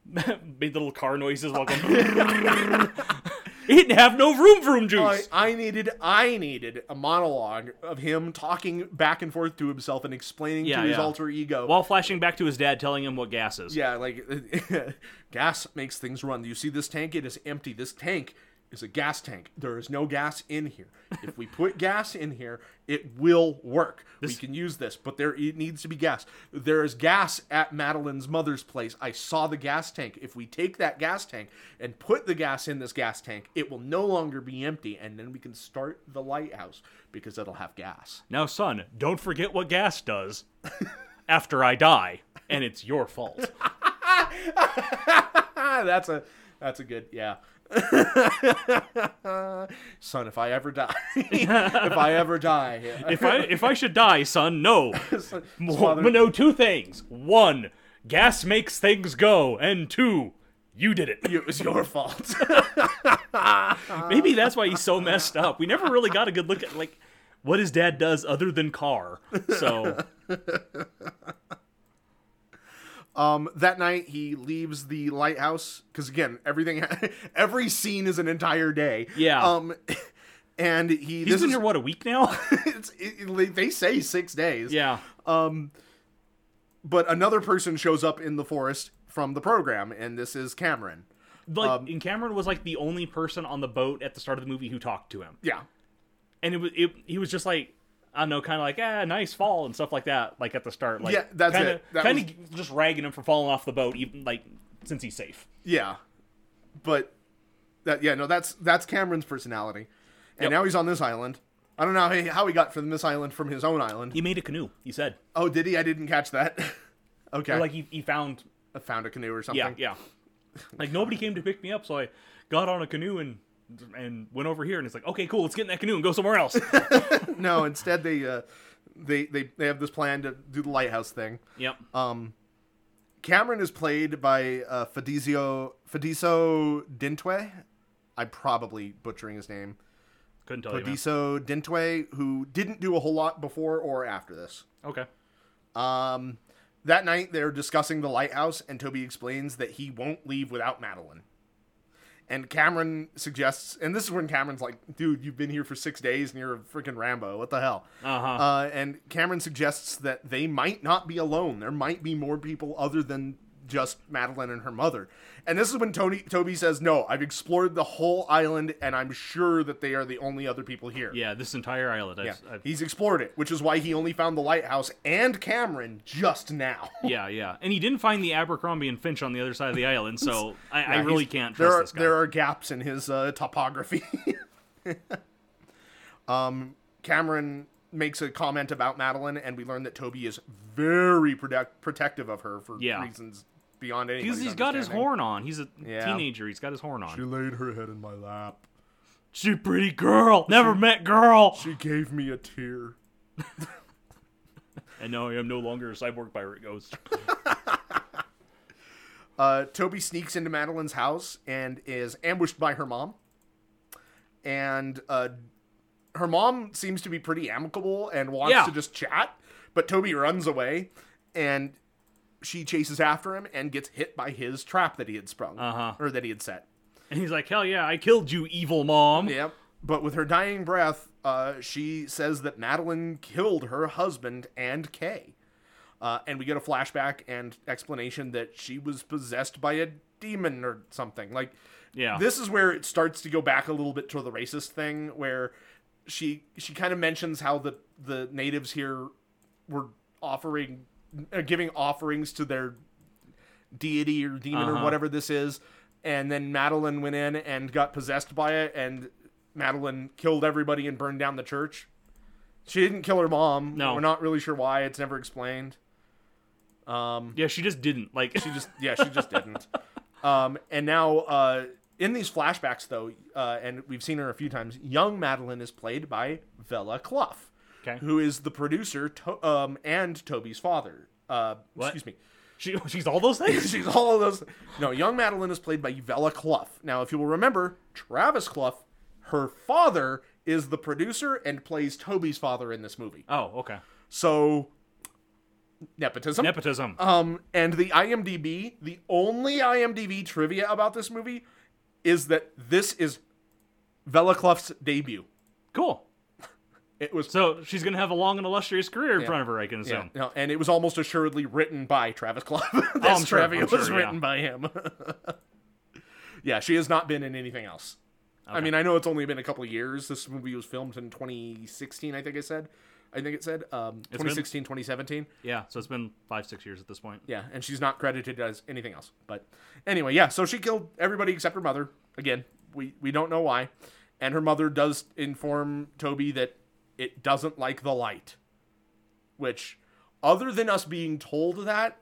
S2: [laughs] made the little car noises while going. [laughs] he didn't have no room vroom juice.
S1: I, I needed I needed a monologue of him talking back and forth to himself and explaining
S2: Yeah,
S1: to his
S2: yeah.
S1: alter ego.
S2: While flashing back to his dad, telling him what gas is.
S1: yeah, like [laughs] gas makes things run. You see this tank? It is empty. This tank is a gas tank. There is no gas in here. If we put [laughs] gas in here, it will work. we can use this, but there it needs to be gas. There is gas at Madeline's mother's place. I saw the gas tank. If we take that gas tank and put the gas in this gas tank, it will no longer be empty, and then we can start the lighthouse because it'll have gas.
S2: Now, son, don't forget what gas does after I die, and it's your
S1: [laughs]
S2: fault.
S1: Ah, [laughs] that's a that's a good yeah. [laughs] Son, if I ever die, [laughs] if I ever die,
S2: [laughs] If I if I should die,
S1: [laughs]
S2: son, no.
S1: father-
S2: Well, no, two things. One, gas makes things go, and two, you did it.
S1: it was your fault. [laughs]
S2: Maybe
S1: Uh,
S2: that's why he's so messed up. We never really got a good look at like what his dad does other than car.
S1: [laughs]
S2: So
S1: um, that night he leaves the lighthouse because again, everything, [laughs] every scene is an entire day.
S2: Yeah.
S1: Um, [laughs] and he
S2: he's
S1: this
S2: been
S1: is,
S2: here what a week now. [laughs]
S1: [laughs] it's, it, they say six days.
S2: yeah,
S1: But another person shows up in the forest from the program, and this is Cameron.
S2: like
S1: Um,
S2: and Cameron was like the only person on the boat at the start of the movie who talked to him.
S1: Yeah.
S2: and it was it, he was just like I don't know, kind of like ah, nice fall and stuff like that. Like at the start, like
S1: Yeah, that's
S2: kinda,
S1: it. That
S2: kind of just ragging him for falling off the boat, even like since he's safe.
S1: Yeah, but that yeah no that's that's Cameron's personality, and
S2: Yep.
S1: now he's on this island. I don't know how he, how he got from this island from his own island.
S2: He made a canoe. He said,
S1: Oh, did he? I didn't catch that. [laughs] okay,
S2: or like he, he found
S1: I found a canoe or something.
S2: yeah yeah. Like nobody came to pick me up, so I got on a canoe and and went over here. And it's like okay, cool, let's get in that canoe and go somewhere else.
S1: No, instead they uh, they they they have this plan to do the lighthouse thing.
S2: [laughs] yep.
S1: Cameron is played by uh, Fadizio Fadiso Dintwe. I'm probably butchering his name.
S2: Couldn't tell you. Man.
S1: Fadiso Dintwe, who didn't do a whole lot before or after this.
S2: Okay.
S1: Um, that night, they're discussing the lighthouse, and Toby explains that he won't leave without Madeline. And Cameron suggests, and this is when Cameron's like, dude, you've been here for six days and you're a freaking Rambo. What the hell?
S2: Uh-huh.
S1: Uh, and Cameron suggests that they might not be alone. There might be more people other than just Madeline and her mother. And this is when Tony Toby says, no, I've explored the whole island and I'm sure that they are the only other people here.
S2: Yeah, this entire island. I've,
S1: Yeah,
S2: I've,
S1: he's explored it, which is why he only found the lighthouse and Cameron just now.
S2: yeah, yeah, and he didn't find the Abercrombie and Finch on the other side of the island, [laughs] so I, I
S1: Yeah,
S2: really
S1: he's-
S2: can't trust
S1: There are
S2: this guy.
S1: there are gaps in his uh, topography. [laughs] um, Cameron makes a comment about Madeline, and we learn that Toby is very protect- protective of her for
S2: Yeah.
S1: reasons beyond anything.
S2: Because he's got his horn on. He's a
S1: Yeah.
S2: teenager. He's got his horn on.
S1: laid her head in my lap.
S2: She's a pretty girl. Never met girl.
S1: She gave me a tear.
S2: [laughs] And now I am no longer a cyborg pirate ghost.
S1: Uh, Toby sneaks into Madeline's house and is ambushed by her mom. And uh, her mom seems to be pretty amicable and wants
S2: Yeah.
S1: to just chat, but Toby runs away and she chases after him and gets hit by his trap that he had sprung
S2: Uh-huh.
S1: or that he had set.
S2: [laughs] And he's like, hell yeah, I killed you, evil mom.
S1: Yep. But with her dying breath, uh, she says that Madeline killed her husband and Kay. Uh, and we get a flashback and explanation that she was possessed by a demon or something. Like,
S2: Yeah.
S1: this is where it starts to go back a little bit to the racist thing, where she she kind of mentions how the the natives here were offering, uh, giving offerings to their deity or demon
S2: Uh-huh.
S1: or whatever this is. And then Madeline went in and got possessed by it, and Madeline killed everybody and burned down the church. She didn't kill her mom.
S2: No.
S1: We're not really sure why. It's never explained.
S2: Yeah, she just didn't. Like,
S1: She just, yeah, she just didn't. [laughs] Um, and now, uh, in these flashbacks, though, uh, and we've seen her a few times, young Madeline is played by Vella Clough,
S2: [laughs] Okay.
S1: who is the producer to- um, and Toby's father. Uh,
S2: What?
S1: Excuse me.
S2: she, she's all [laughs] those
S1: [laughs]
S2: things?
S1: She's all of those. No, young Madeline is played by Vella Clough. Now, if you will remember, Travis Clough, her father, is the producer and plays Toby's father in this movie.
S2: Oh, okay.
S1: So nepotism.
S2: Nepotism.
S1: Um, and the IMDb, the only IMDb trivia about this movie is that this is Vela Clough's debut.
S2: cool.
S1: It was
S2: So she's gonna have a long and illustrious career in front of her, I can
S1: yeah,
S2: assume.
S1: no, and it was almost assuredly written by Travis [laughs] Clough. this
S2: I'm sure,
S1: trivia
S2: I'm sure,
S1: was
S2: yeah.
S1: written by him. [laughs] yeah, she has not been in anything else. I mean, I know it's only been a couple of years. This movie was filmed in 2016, I think I said. I think it said um,
S2: been-
S1: 2016, 2017.
S2: Yeah. So it's been five, six years at this point.
S1: Yeah, and she's not credited as anything else. But anyway, yeah, so she killed everybody except her mother. Again, we we don't know why. And her mother does inform Toby that it doesn't like the light. Which other than us being told that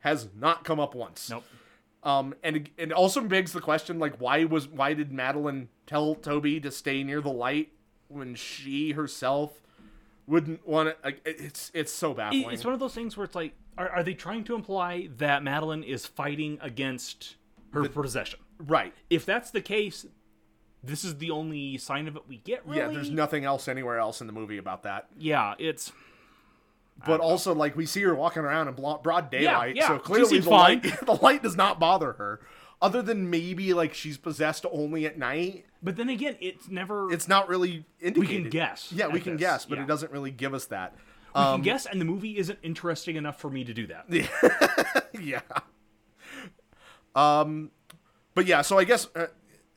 S1: has not come up once.
S2: Nope.
S1: Um and it- it also begs the question like why was why did Madeline tell Toby to stay near the light when she herself wouldn't want to like it- it's it's so baffling.
S2: It- E, It's one of those things where it's like, are, are they trying to imply that Madeline is fighting against her possession?
S1: right.
S2: If that's the case, this is the only sign of it we get. Really?
S1: Yeah, there's nothing else anywhere else in the movie about that.
S2: Yeah, it's
S1: But also, like, we see her walking around in blo- broad daylight,
S2: yeah,
S1: so
S2: she
S1: clearly
S2: seems
S1: the
S2: fine.
S1: light, [laughs] the light does not bother her. Other than maybe like she's possessed only at night,
S2: But then again, it's never.
S1: it's not really indicated.
S2: guess
S1: Yeah, we
S2: at
S1: can
S2: this,
S1: guess, but
S2: yeah.
S1: it doesn't really give us that.
S2: you
S1: um,
S2: can guess, and the movie isn't interesting enough for me to do that.
S1: [laughs] yeah. Um, but yeah, so I guess uh,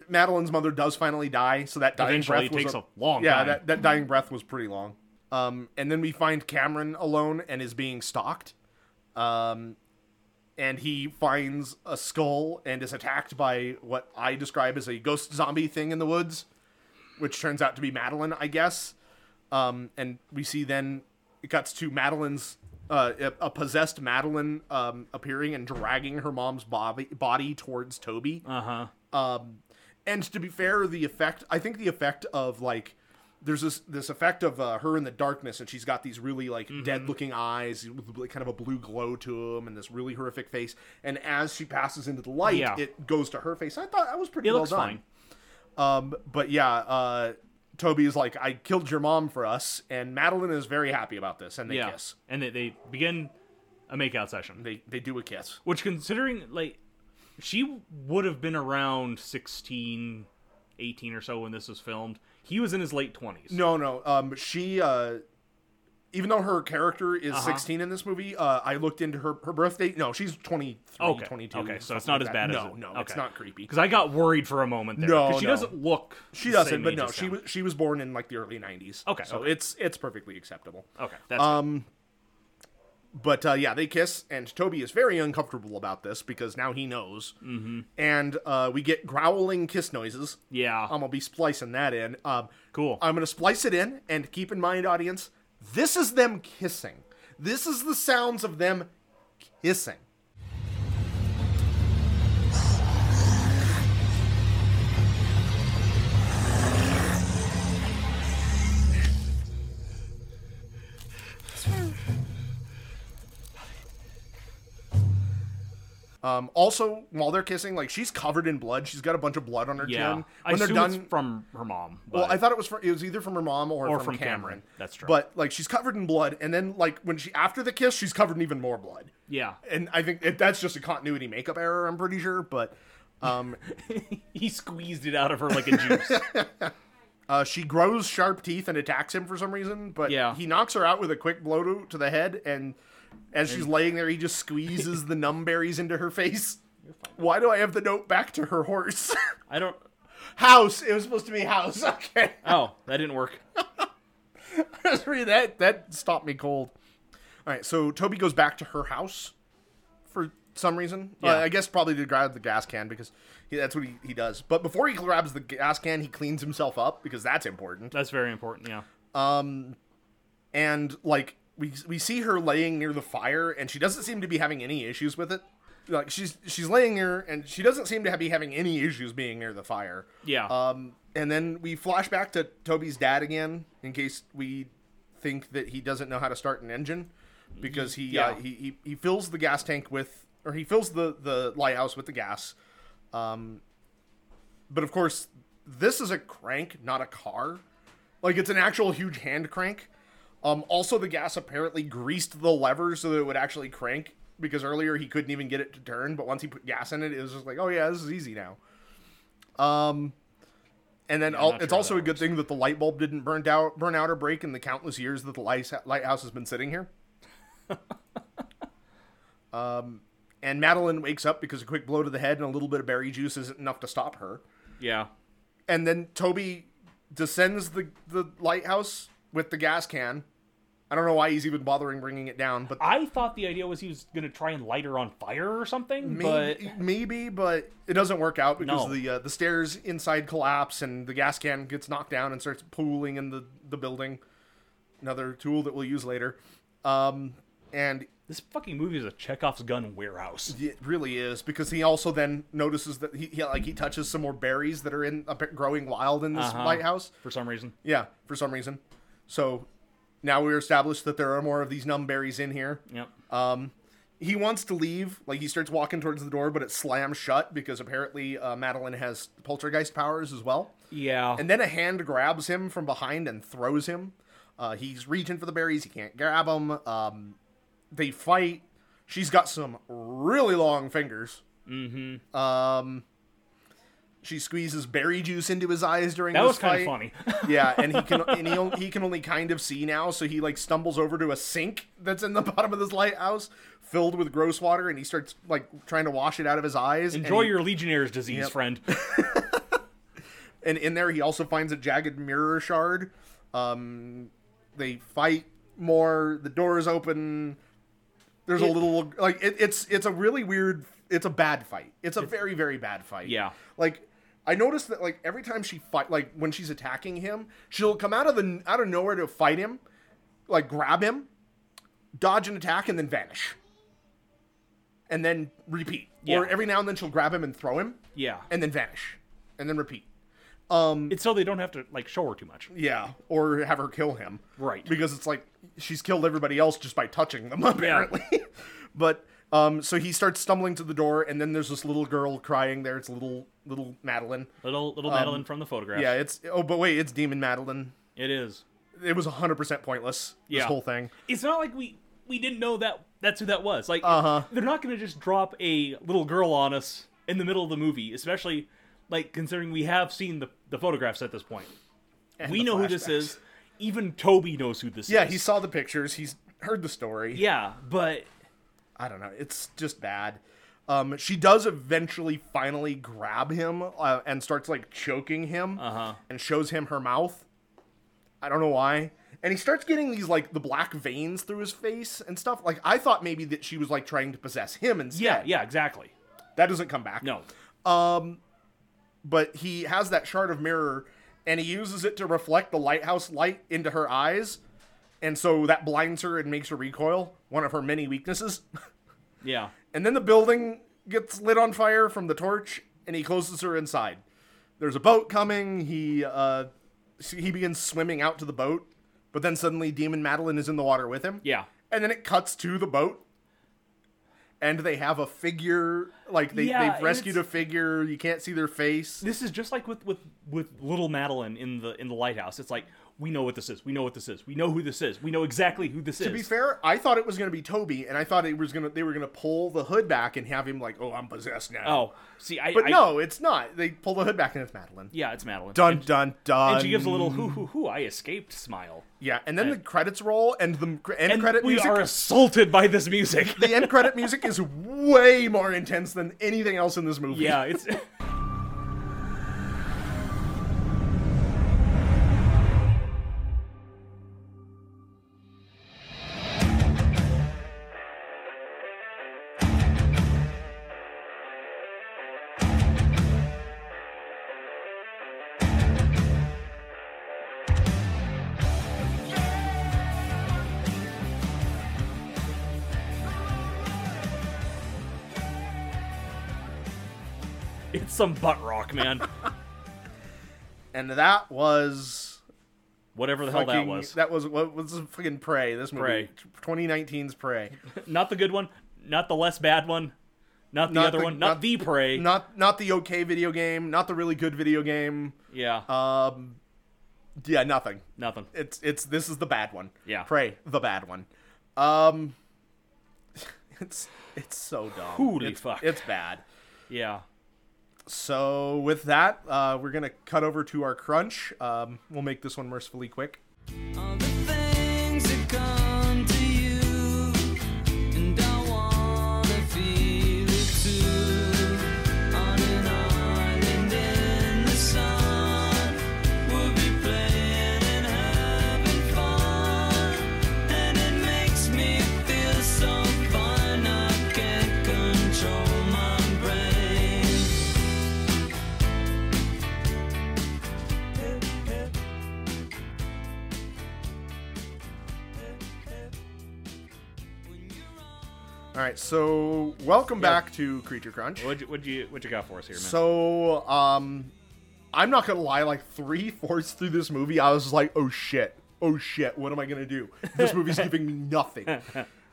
S1: Madeline's mother does finally die, so that dying
S2: Eventually,
S1: breath
S2: it
S1: was
S2: takes a long
S1: yeah,
S2: time.
S1: that that dying breath was pretty long. Um, and then we find Cameron alone and is being stalked. Um, and he finds a skull and is attacked by what I describe as a ghost zombie thing in the woods, which turns out to be Madeline, I guess. Um, and we see then it cuts to Madeline's uh, a- a possessed Madeline um, appearing and dragging her mom's body body towards Toby. Uh
S2: Uh-huh.
S1: huh. Um, and to be fair, the effect I think the effect of like there's this this effect of uh, her in the darkness, and she's got these really like
S2: Mm-hmm.
S1: dead looking eyes with like, kind of a blue glow to them, and this really horrific face. And as she passes into the light,
S2: Yeah.
S1: it goes to her face. I thought that was pretty
S2: it
S1: well
S2: looks
S1: done.
S2: fine.
S1: Um, but yeah, uh, Toby is like, I killed your mom for us, and Madeline is very happy about this, and they
S2: yeah,
S1: kiss.
S2: and they, they begin a makeout session.
S1: They they do a kiss.
S2: Which, considering, like, she would have been around 16, 18 or so when this was filmed. He was in his late 20s.
S1: No, no. Um, she, uh, even though her character
S2: Uh-huh.
S1: is 16 in this movie, uh, I looked into her her birthday. No, she's 23,
S2: Okay.
S1: 22.
S2: okay, so it's
S1: something
S2: not
S1: like
S2: as
S1: that.
S2: bad
S1: no,
S2: as.
S1: No,
S2: okay.
S1: it's not creepy.
S2: Because I got worried for a moment there.
S1: No,
S2: 'cause she
S1: no.
S2: doesn't look.
S1: She
S2: the
S1: doesn't,
S2: same
S1: but
S2: age
S1: no,
S2: as
S1: she
S2: him.
S1: was she was born in like the early 90s.
S2: Okay,
S1: so
S2: okay.
S1: it's it's perfectly acceptable.
S2: Okay, that's
S1: Um, but uh, yeah, they kiss, and Toby is very uncomfortable about this because now he knows. Mm-hmm. And uh, we get growling kiss noises.
S2: Yeah.
S1: I'm gonna be splicing that in. Um,
S2: Cool.
S1: I'm gonna splice it in, and keep in mind, audience, this is them kissing. This is the sounds of them kissing. Um, also, while they're kissing, like she's covered in blood. She's got a bunch of blood on her
S2: yeah.
S1: chin.
S2: I
S1: When they're
S2: assume it's
S1: done,
S2: from her mom.
S1: well,
S2: but-
S1: I thought it was from, it was either from her mom or,
S2: Or
S1: from,
S2: from
S1: Cameron.
S2: Cameron. That's true.
S1: But like she's covered in blood, and then like when she after the kiss, she's covered in even more blood.
S2: Yeah. [laughs]
S1: And I think it, that's just a continuity makeup error. I'm pretty sure, but um,
S2: He squeezed it out of her like a juice.
S1: [laughs] uh, she grows sharp teeth and attacks him for some reason. But
S2: Yeah.
S1: he knocks her out with a quick blow to, to the head, and as she's laying there, he just squeezes the numb berries into her face. Why do I have the note back to her horse? [laughs]
S2: I don't.
S1: house. It was supposed to be house. [laughs] Okay.
S2: Oh, that didn't work.
S1: [laughs] Sorry, that that stopped me cold. All right, so Toby goes back to her house for some reason. Uh,
S2: Yeah.
S1: I guess probably to grab the gas can because he, that's what he, he does. But before he grabs the gas can, he cleans himself up because that's important.
S2: That's very important. Yeah.
S1: And like we we see her laying near the fire, and she doesn't seem to be having any issues with it. Like she's she's laying there, and she doesn't seem to ha- be having any issues being near the fire.
S2: Yeah.
S1: Um, and then we flash back to Toby's dad again, in case we think that he doesn't know how to start an engine, because he uh,
S2: Yeah.
S1: he, he he fills the gas tank with, or he fills the the lighthouse with the gas. Um, but of course, this is a crank, not a car. Like it's an actual huge hand crank. Um, also, the gas apparently greased the lever so that it would actually crank because earlier he couldn't even get it to turn, but once he put gas in it, it was just like, oh yeah, this is easy now. Um, and then al-
S2: not
S1: it's
S2: sure how
S1: also
S2: that
S1: a good thing that the light bulb didn't burn out, burn out or break in the countless years that the lice- lighthouse has been sitting
S2: [laughs]
S1: here. Um, And Madeline wakes up because a quick blow to the head and a little bit of berry juice isn't enough to stop her.
S2: Yeah.
S1: And then Toby descends the, the lighthouse with the gas can. I don't know why he's even bothering bringing it down, but
S2: I thought the idea was he was gonna try and light her on fire or something, but
S1: maybe, maybe, but it doesn't work out because
S2: No.
S1: the uh, the stairs inside collapse and the gas can gets knocked down and starts pooling in the the building. Another tool that we'll use later. Um, and
S2: this fucking movie is a Chekhov's gun warehouse.
S1: It really is because he also then notices that he, he like he touches some more berries that are in up, growing wild in this
S2: Uh-huh.
S1: lighthouse.
S2: for some reason.
S1: Yeah, for some reason. So now we're established that there are more of these numb berries in here.
S2: Yep.
S1: Um, he wants to leave. Like he starts walking towards the door, but it slams shut because apparently uh, Madeline has poltergeist powers as well.
S2: Yeah.
S1: And then a hand grabs him from behind and throws him. Uh, he's reaching for the berries. He can't grab them. Um, they fight. She's got some really long fingers. Mm-hmm. Um, she squeezes berry juice into his eyes during
S2: that
S1: this
S2: was kind of
S1: fight.
S2: funny.
S1: Yeah, and he can and he, on- he can only kind of see now, so he like stumbles over to a sink that's in the [laughs] bottom of this lighthouse filled with gross water, and he starts like trying to wash it out of his eyes. [laughs] and
S2: Enjoy
S1: he-
S2: your Legionnaire's disease,
S1: Yep.
S2: friend.
S1: [laughs] and in there he also finds a jagged mirror shard. Um, they fight more. The door is open. There's a
S2: It-
S1: little like it, it's it's a really weird. It's a bad fight. It's a very very bad fight.
S2: Yeah.
S1: Like I noticed that like every time she fight like when she's attacking him, she'll come out of the out of nowhere to fight him, like grab him, dodge an attack, and then vanish. And then repeat. Or
S2: Yeah.
S1: every now and then she'll grab him and throw him
S2: Yeah.
S1: and then vanish and then repeat.
S2: it's so they don't have to like show her too much.
S1: Yeah, or have her kill him.
S2: Right.
S1: Because it's like she's killed everybody else just by touching them, [laughs] apparently. but um so he starts stumbling to the door and then there's this little girl crying there. It's little little Madeline.
S2: Little little Madeline from the photograph.
S1: Um, Yeah, it's oh but wait, it's Demon Madeline.
S2: It is.
S1: It was 100% pointless this
S2: Yeah.
S1: whole thing.
S2: It's not like we we didn't know that that's who that was. Like
S1: Uh-huh.
S2: they're not going to just drop a little girl on us in the middle of the movie, especially like considering we have seen the the photographs at this point. we
S1: the
S2: know who this
S1: flashbacks.
S2: is. Even Toby knows who this
S1: Yeah,
S2: is.
S1: he saw the pictures. He's heard the story.
S2: Yeah, but
S1: I don't know. It's just bad. Um, she does eventually finally grab him uh, and starts like choking him
S2: Uh-huh.
S1: and shows him her mouth. I don't know why. And he starts getting these like the black veins through his face and stuff. Like I thought maybe that she was like trying to possess him instead.
S2: yeah, yeah, exactly.
S1: That doesn't come back.
S2: No.
S1: But he has that shard of mirror and he uses it to reflect the lighthouse light into her eyes. And so that blinds her and makes her recoil, one of her many weaknesses.
S2: Yeah.
S1: And then the building gets lit on fire from the torch, and he closes her inside. There's a boat coming. He uh, s- he begins swimming out to the boat, but then suddenly Demon Madeline is in the water with him.
S2: Yeah.
S1: And then it cuts to the boat, and they have a figure like they
S2: Yeah,
S1: they've
S2: and
S1: rescued a
S2: it's-
S1: figure. You can't see their face.
S2: This is just like with with with little Madeline in the in the lighthouse. It's like we know what this is. We know what this is. We know who this is. We know exactly who this is.
S1: To be fair, I thought it was going to be Toby, and I thought it was going to they were going to pull the hood back and have him like, oh, I'm possessed now.
S2: Oh, see, I
S1: but
S2: I-
S1: no, it's not. They pull the hood back, and it's Madeline.
S2: Yeah, it's Madeline.
S1: Dun dun dun.
S2: And she gives a little hoo hoo hoo, I escaped smile.
S1: Yeah, and then the credits roll and the cr- end
S2: And
S1: credit
S2: we
S1: music.
S2: are assaulted by this music.
S1: the end credit music is way more intense than anything else in this movie.
S2: [laughs] yeah, it's it's some butt rock, man.
S1: and that was
S2: Whatever the hell that
S1: fucking-
S2: was.
S1: That was what was fucking Prey. This movie,
S2: Prey.
S1: 2019's Prey.
S2: Not the good one, not the less bad one, not the
S1: Not
S2: other
S1: the-
S2: one, not,
S1: not-
S2: the prey.
S1: uh, Not not the okay video game, not the really good video game.
S2: yeah.
S1: Um, Yeah, nothing.
S2: Nothing.
S1: It's it's this is the bad one.
S2: Yeah.
S1: Prey, the bad one. Um [laughs] it's it's so dumb.
S2: Holy
S1: It's-
S2: fuck.
S1: It's bad.
S2: Yeah.
S1: So with that, uh, we're gonna cut over to our crunch. Um, we'll make this one mercifully quick.
S7: All the things that come to you, and I wanna feel it too. On an island in the sun, we'll be playing and having fun, and it makes me feel so fine. I can't control my brain.
S1: All right, so welcome back to Creature Crunch.
S2: What you what you what you got for us here, man?
S1: So, um, I'm not gonna lie. Like three [laughs] fourths through this movie, I was like, "Oh shit! Oh shit! What am I gonna do? This movie's giving me nothing."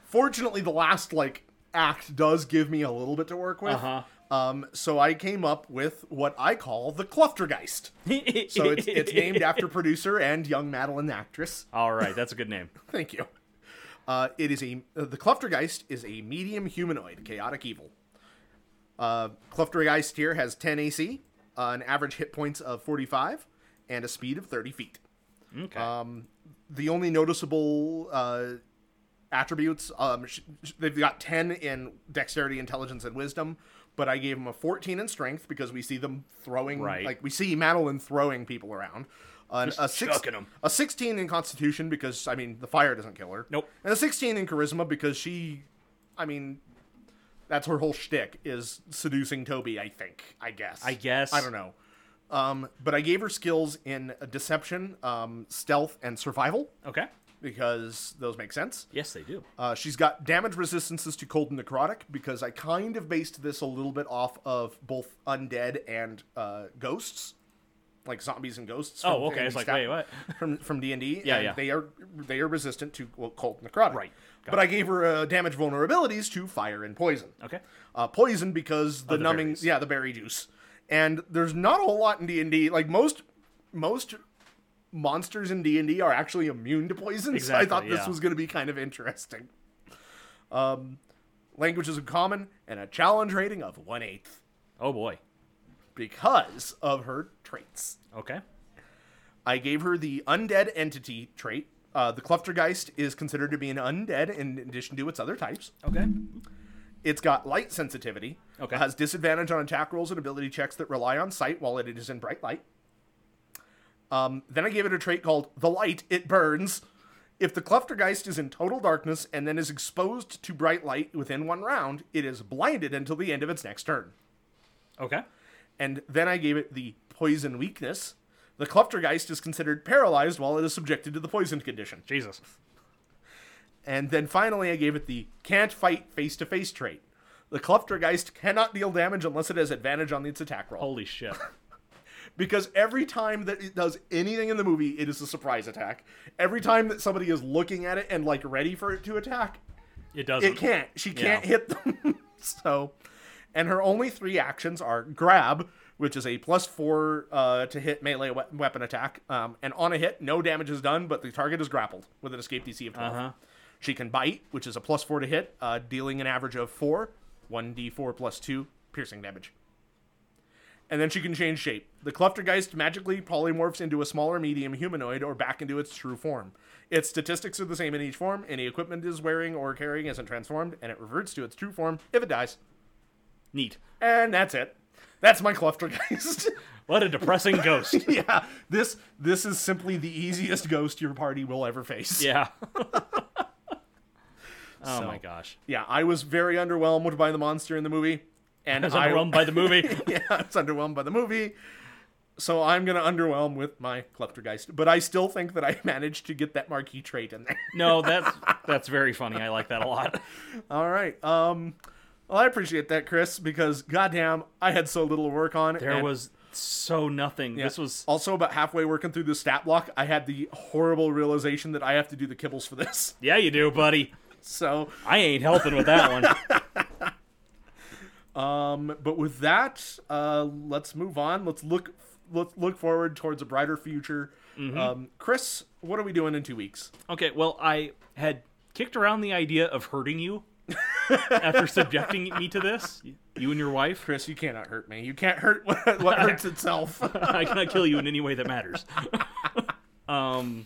S1: Fortunately, the last like act does give me a little bit to work with.
S2: Uh-huh.
S1: Um, so I came up with what I call the Kluftergeist. so it's it's named after producer and young Madeline actress.
S2: All right, that's a good name.
S1: Thank you. Uh, it is a uh, the Kleftergeist is a medium humanoid chaotic evil. Uh, Kleftergeist here has 10 AC, uh, an average hit points of 45, and a speed of 30 feet. Um,
S2: Okay.
S1: The only noticeable uh, attributes um, sh- sh- they've got 10 in dexterity, intelligence, and wisdom, but I gave them a 14 in strength because we see them throwing
S2: Right.
S1: like we see Madeline throwing people around. An- a, six-
S2: chucking 'em.
S1: a 16 in constitution because I mean the fire doesn't kill her.
S2: Nope.
S1: And a 16 in charisma because she, I mean, that's her whole shtick is seducing Toby. I think. I guess.
S2: I guess.
S1: I don't know. Um, but I gave her skills in deception, um, stealth, and survival
S2: okay.
S1: because those make sense.
S2: Yes, they do.
S1: Uh, she's got damage resistances to cold and necrotic because I kind of based this a little bit off of both undead and uh, ghosts, like zombies and ghosts.
S2: Oh,
S1: from
S2: okay,
S1: D&D
S2: it's like,
S1: stuff-
S2: wait, what?
S1: [laughs] From from D and D.
S2: Yeah, yeah.
S1: They are they are resistant to well, cold and necrotic.
S2: Right, got
S1: but
S2: it.
S1: I gave her uh, damage vulnerabilities to fire and poison.
S2: Okay.
S1: Uh, poison because Oh, the,
S2: the
S1: numbing,
S2: berries.
S1: yeah, the berry juice. And there's not a whole lot in D and D. Like most most monsters in D and D are actually immune to poison.
S2: Exactly,
S1: so [laughs] I thought this
S2: yeah.
S1: was going to be kind of interesting. Um, languages in common and a challenge rating of one eighth
S2: Oh boy.
S1: because of her traits.
S2: Okay.
S1: I gave her the undead entity trait. Uh, the Kleftergeist is considered to be an undead in addition to its other types.
S2: Okay.
S1: It's got light sensitivity.
S2: Okay.
S1: It has disadvantage on attack rolls and ability checks that rely on sight while it is in bright light. Um, then I gave it a trait called The Light It Burns. If the Kleftergeist is in total darkness and then is exposed to bright light within one round, it is blinded until the end of its next turn.
S2: Okay.
S1: And then I gave it the Poison Weakness. The Kleftergeist is considered paralyzed while it is subjected to the poison condition.
S2: Jesus.
S1: And then finally, I gave it the can't fight face to face trait. The Kleftergeist cannot deal damage unless it has advantage on its attack roll. [laughs]
S2: Holy shit.
S1: Because every time that it does anything in the movie, it is a surprise attack. Every time that somebody is looking at it and like ready for it to attack,
S2: It doesn't.
S1: it can't. She can't
S2: Yeah.
S1: hit them. [laughs] so, and her only three actions are grab, which is a plus four uh, to hit melee we- weapon attack, um, and on a hit, no damage is done, but the target is grappled with an escape DC of 12
S2: Uh-huh.
S1: She can bite, which is a plus four to hit, uh, dealing an average of four, one d4 plus two piercing damage. And then she can change shape. The Kleftergeist magically polymorphs into a smaller medium humanoid or back into its true form. Its statistics are the same in each form. Any equipment it is wearing or carrying isn't transformed, and it reverts to its true form if it dies.
S2: Neat.
S1: And that's it. That's my Kleftergeist.
S2: What a depressing ghost.
S1: [laughs] yeah, this this is simply the easiest ghost your party will ever face.
S2: yeah. [laughs] oh
S1: So,
S2: my gosh.
S1: Yeah, I was very underwhelmed by the monster in the movie, and
S2: I was overwhelmed by
S1: [laughs]
S2: the movie.
S1: yeah, I was underwhelmed by the movie. So I'm gonna underwhelm with my Kleftergeist, but I still think that I [laughs] managed to get that marquee trait in there. [laughs]
S2: No, that's that's very funny. I like that a lot.
S1: All right. Um, well, I appreciate that, Chris, because goddamn, I had so little to work on.
S2: There
S1: and-
S2: was so nothing.
S1: Yeah.
S2: This was
S1: also about halfway working through the stat block. I had the horrible realization that I have to do the kibbles for this. [laughs]
S2: Yeah, you do, buddy.
S1: So,
S2: I ain't helping with that
S1: [laughs]
S2: one.
S1: but with that, uh, let's move on. Let's look look, look forward towards a brighter future. Um, Chris, what are we doing in two weeks?
S2: Okay, well, I had kicked around the idea of
S1: [laughs]
S2: hurting you after subjecting me to this, you and your wife.
S1: Chris, you cannot hurt me. You can't hurt [laughs] what, what hurts itself.
S2: [laughs] I cannot kill you in any way that matters. [laughs] um,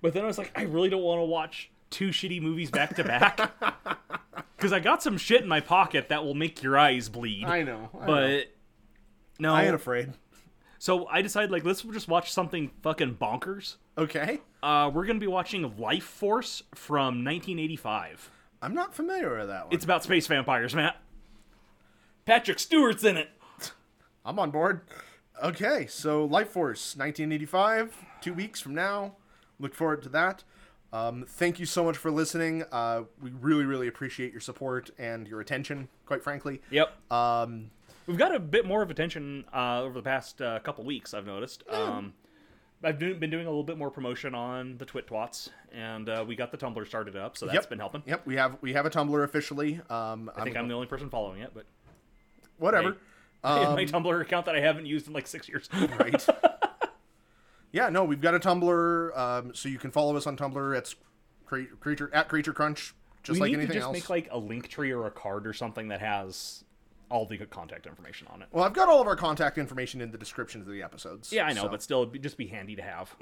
S2: but then I was like, I really don't want to watch two shitty movies back
S1: [laughs]
S2: to back because I got some shit in my pocket that will make your eyes bleed.
S1: I know. I know.
S2: but no,
S1: I ain't afraid.
S2: so I decided like let's just watch something fucking bonkers.
S1: Okay.
S2: Uh, we're gonna be watching Life Force from 1985.
S1: I'm not familiar with that one.
S2: It's about space vampires, Matt. Patrick Stewart's in it.
S1: I'm on board. Okay, so Life Force 1985, two weeks from now. Look forward to that. Um, thank you so much for listening. Uh, we really, really appreciate your support and your attention, quite frankly.
S2: Yep.
S1: Um,
S2: We've got a bit more of attention uh, over the past uh, couple weeks. I've noticed. Um, I've do- been doing a little bit more promotion on the Twit Twats, and uh, we got the Tumblr started up, so that's
S1: yep,
S2: been helping.
S1: Yep, we have we have a Tumblr officially. Um,
S2: I think I'm the only person following it, but [laughs]
S1: whatever.
S2: my Tumblr account that I haven't used in like six years.
S1: Um,
S2: [laughs]
S1: right? yeah, no, we've got a Tumblr, um, so you can follow us on Tumblr. It's cre- creature at Creature Crunch, just
S2: we
S1: like
S2: need
S1: anything
S2: to just
S1: else.
S2: make like a link tree or a card or something that has all the good contact information on it.
S1: well, I've got all of our contact information in the descriptions of the episodes.
S2: yeah, I know,
S1: so- Mm-hmm.
S2: but still, it'd be- just be handy to have.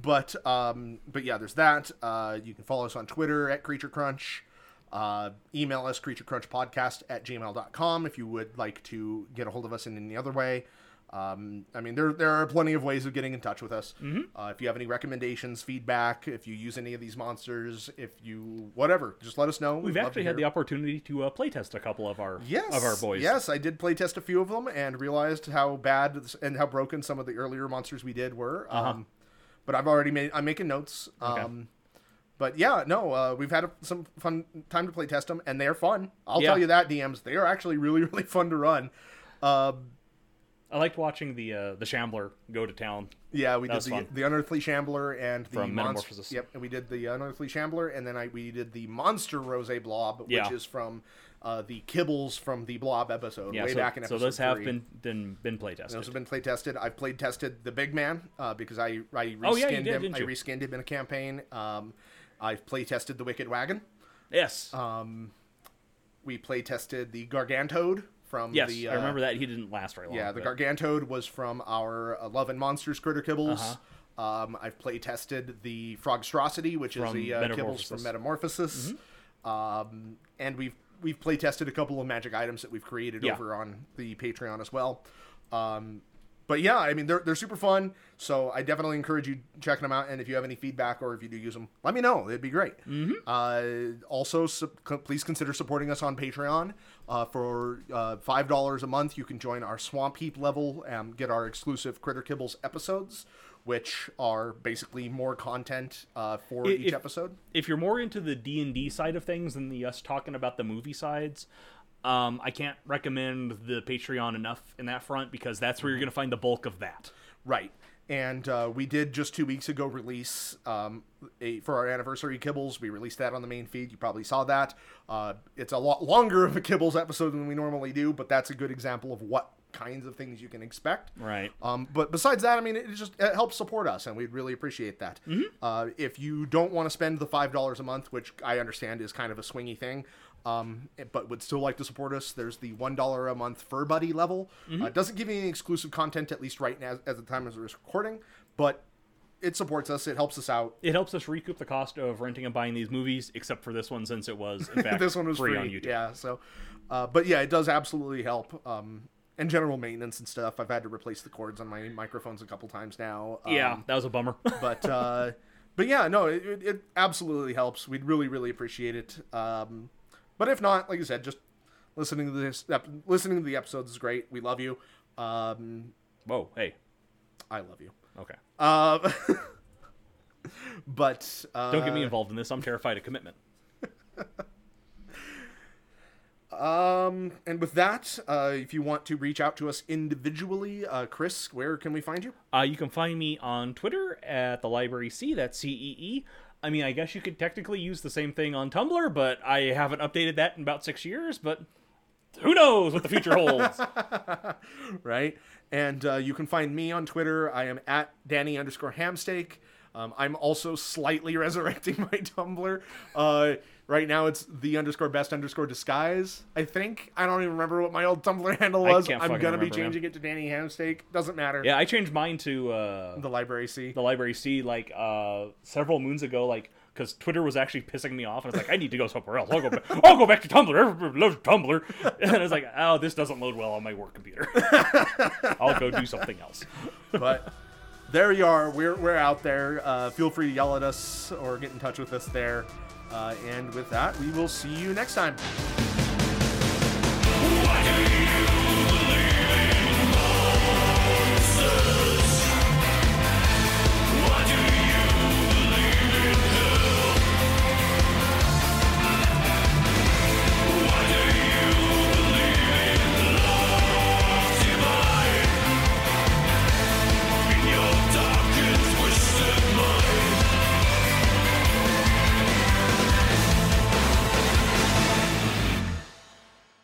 S1: but um, but yeah, there's that. Uh, you can follow us on Twitter at Creature Crunch. Uh, email us creaturecrunchpodcast at gmail.com if you would like to get a hold of us in any other way. Um, I mean, there there are plenty of ways of getting in touch with us.
S2: Mm-hmm.
S1: Uh, if you have any recommendations, feedback, if you use any of these monsters, if you whatever, just let us know.
S2: We've actually had the opportunity to uh, playtest a couple of our
S1: yes
S2: of our boys.
S1: Yes, I did play test a few of them and realized how bad this- and how broken some of the earlier monsters we did were.
S2: Uh-huh.
S1: Um, but I've already made I'm making notes. Um, But yeah, no, uh, we've had a, some fun time to play test them, and they're fun. I'll
S2: Yeah.
S1: tell you that DMs they are actually really [laughs] really fun to run. Um,
S2: I liked watching the uh, the Shambler go to town.
S1: yeah, we
S2: That
S1: did
S2: was
S1: the,
S2: fun.
S1: the unearthly shambler and the
S2: From
S1: monster.
S2: Metamorphosis.
S1: Yep, and we did the unearthly shambler, and then I we did the monster rose blob, which
S2: Yeah.
S1: is from uh, the kibbles from the blob episode
S2: Yeah,
S1: way
S2: so,
S1: back in
S2: so
S1: episode
S2: those have
S1: three.
S2: been been been playtested.
S1: Those have been play tested. I've played tested the big man uh, because I I reskinned
S2: Oh, yeah, you did,
S1: him.
S2: didn't
S1: I
S2: you?
S1: reskinned him in a campaign. Um, I've play tested the wicked wagon.
S2: Yes,
S1: um, We play tested the gargantoad from
S2: yes,
S1: the. Uh,
S2: I remember that he didn't last very long.
S1: Yeah, the
S2: but-
S1: gargantoad was from our uh, Love and Monsters critter kibbles.
S2: Uh-huh.
S1: Um, I've play tested the frogstrossity, which is
S2: From
S1: the uh, kibbles
S2: Metamorphosis. Mm-hmm.
S1: from Metamorphosis. Um, and we've we've play tested a couple of magic items that we've created
S2: Yeah.
S1: over on the Patreon as well. Um, but yeah, I mean they're they're super fun, so I definitely encourage you checking them out. And if you have any feedback or if you do use them, let me know. It'd be great.
S2: Mm-hmm.
S1: Uh, also, su- co- please consider supporting us on Patreon. Uh, for uh, five dollars a month, you can join our Swamp Heap level and get our exclusive Critter Kibbles episodes, which are basically more content uh, for
S2: I-
S1: each
S2: if-
S1: episode.
S2: If you're more into the D and D side of things than the us talking about the movie sides, um, I can't recommend the Patreon enough in that front because that's
S1: Mm-hmm.
S2: where you're going to find the bulk of that.
S1: Right. And uh, we did just two weeks ago release um, a, for our anniversary Kibbles. We released that on the main feed. You probably saw that. Uh, it's a lot longer of a Kibbles episode than we normally do, but that's a good example of what kinds of things you can expect.
S2: Right.
S1: Um, but besides that, I mean, it just it helps support us, and we'd really appreciate that.
S2: Mm-hmm.
S1: Uh, if you don't want to spend the five dollars a month, which I understand is kind of a swingy thing, um, but would still like to support us, there's the one dollar a month Fur Buddy level.
S2: Mm-hmm.
S1: Uh, it doesn't give you any exclusive content, at least right now, at the time of this recording, but it supports us. It helps us out.
S2: It helps us recoup the cost of renting and buying these movies, except for this one since it was
S1: [laughs]
S2: in fact
S1: this one was free,
S2: on YouTube.
S1: Yeah, so, uh, but yeah, it does absolutely help. Um, and general maintenance and stuff. I've had to replace the cords on my microphones a couple times now. Um,
S2: Yeah, that was a bummer. [laughs]
S1: but uh, but yeah, no, it, it- it absolutely helps. We'd really really appreciate it. Um, but if not, like I said, just listening to this ep- listening to the episodes is great. We love you. Um,
S2: Whoa, hey,
S1: I love you.
S2: okay.
S1: Um, but uh,
S2: Don't get me involved in this. I'm terrified of commitment.
S1: Um, and with that, uh, if you want to reach out to us individually, uh, Chris, where can we find you?
S2: Uh, you can find me on Twitter at the Library C. That's C E E. I mean, I guess you could technically use the same thing on Tumblr, but I haven't updated that in about six years. But who knows what the future holds?
S1: right? And uh, you can find me on Twitter. I am at Danny underscore Hamsteak. Um, I'm also slightly [laughs] resurrecting my Tumblr. Uh, right now, it's the underscore best underscore disguise. I think I don't even remember what my old Tumblr [laughs] handle
S2: I
S1: was.
S2: can't
S1: I'm
S2: fucking
S1: gonna be
S2: remember, man.
S1: changing it to Danny Hamsteak. Doesn't matter.
S2: yeah, I changed mine to
S1: [laughs]
S2: uh,
S1: The library
S2: [laughs]
S1: C.
S2: the library C like uh, several moons ago, like because Twitter was actually pissing me off, and it's like I need to go somewhere else. I'll go back. I'll go back to Tumblr. Everybody loves Tumblr, [laughs] and it's like, oh, this doesn't load well on my work computer. [laughs] I'll go do something else.
S1: but there you are. We're, we're out there. Uh, feel free to yell at us or get in touch with us there. Uh, and with that, we will see you next time.
S8: What do you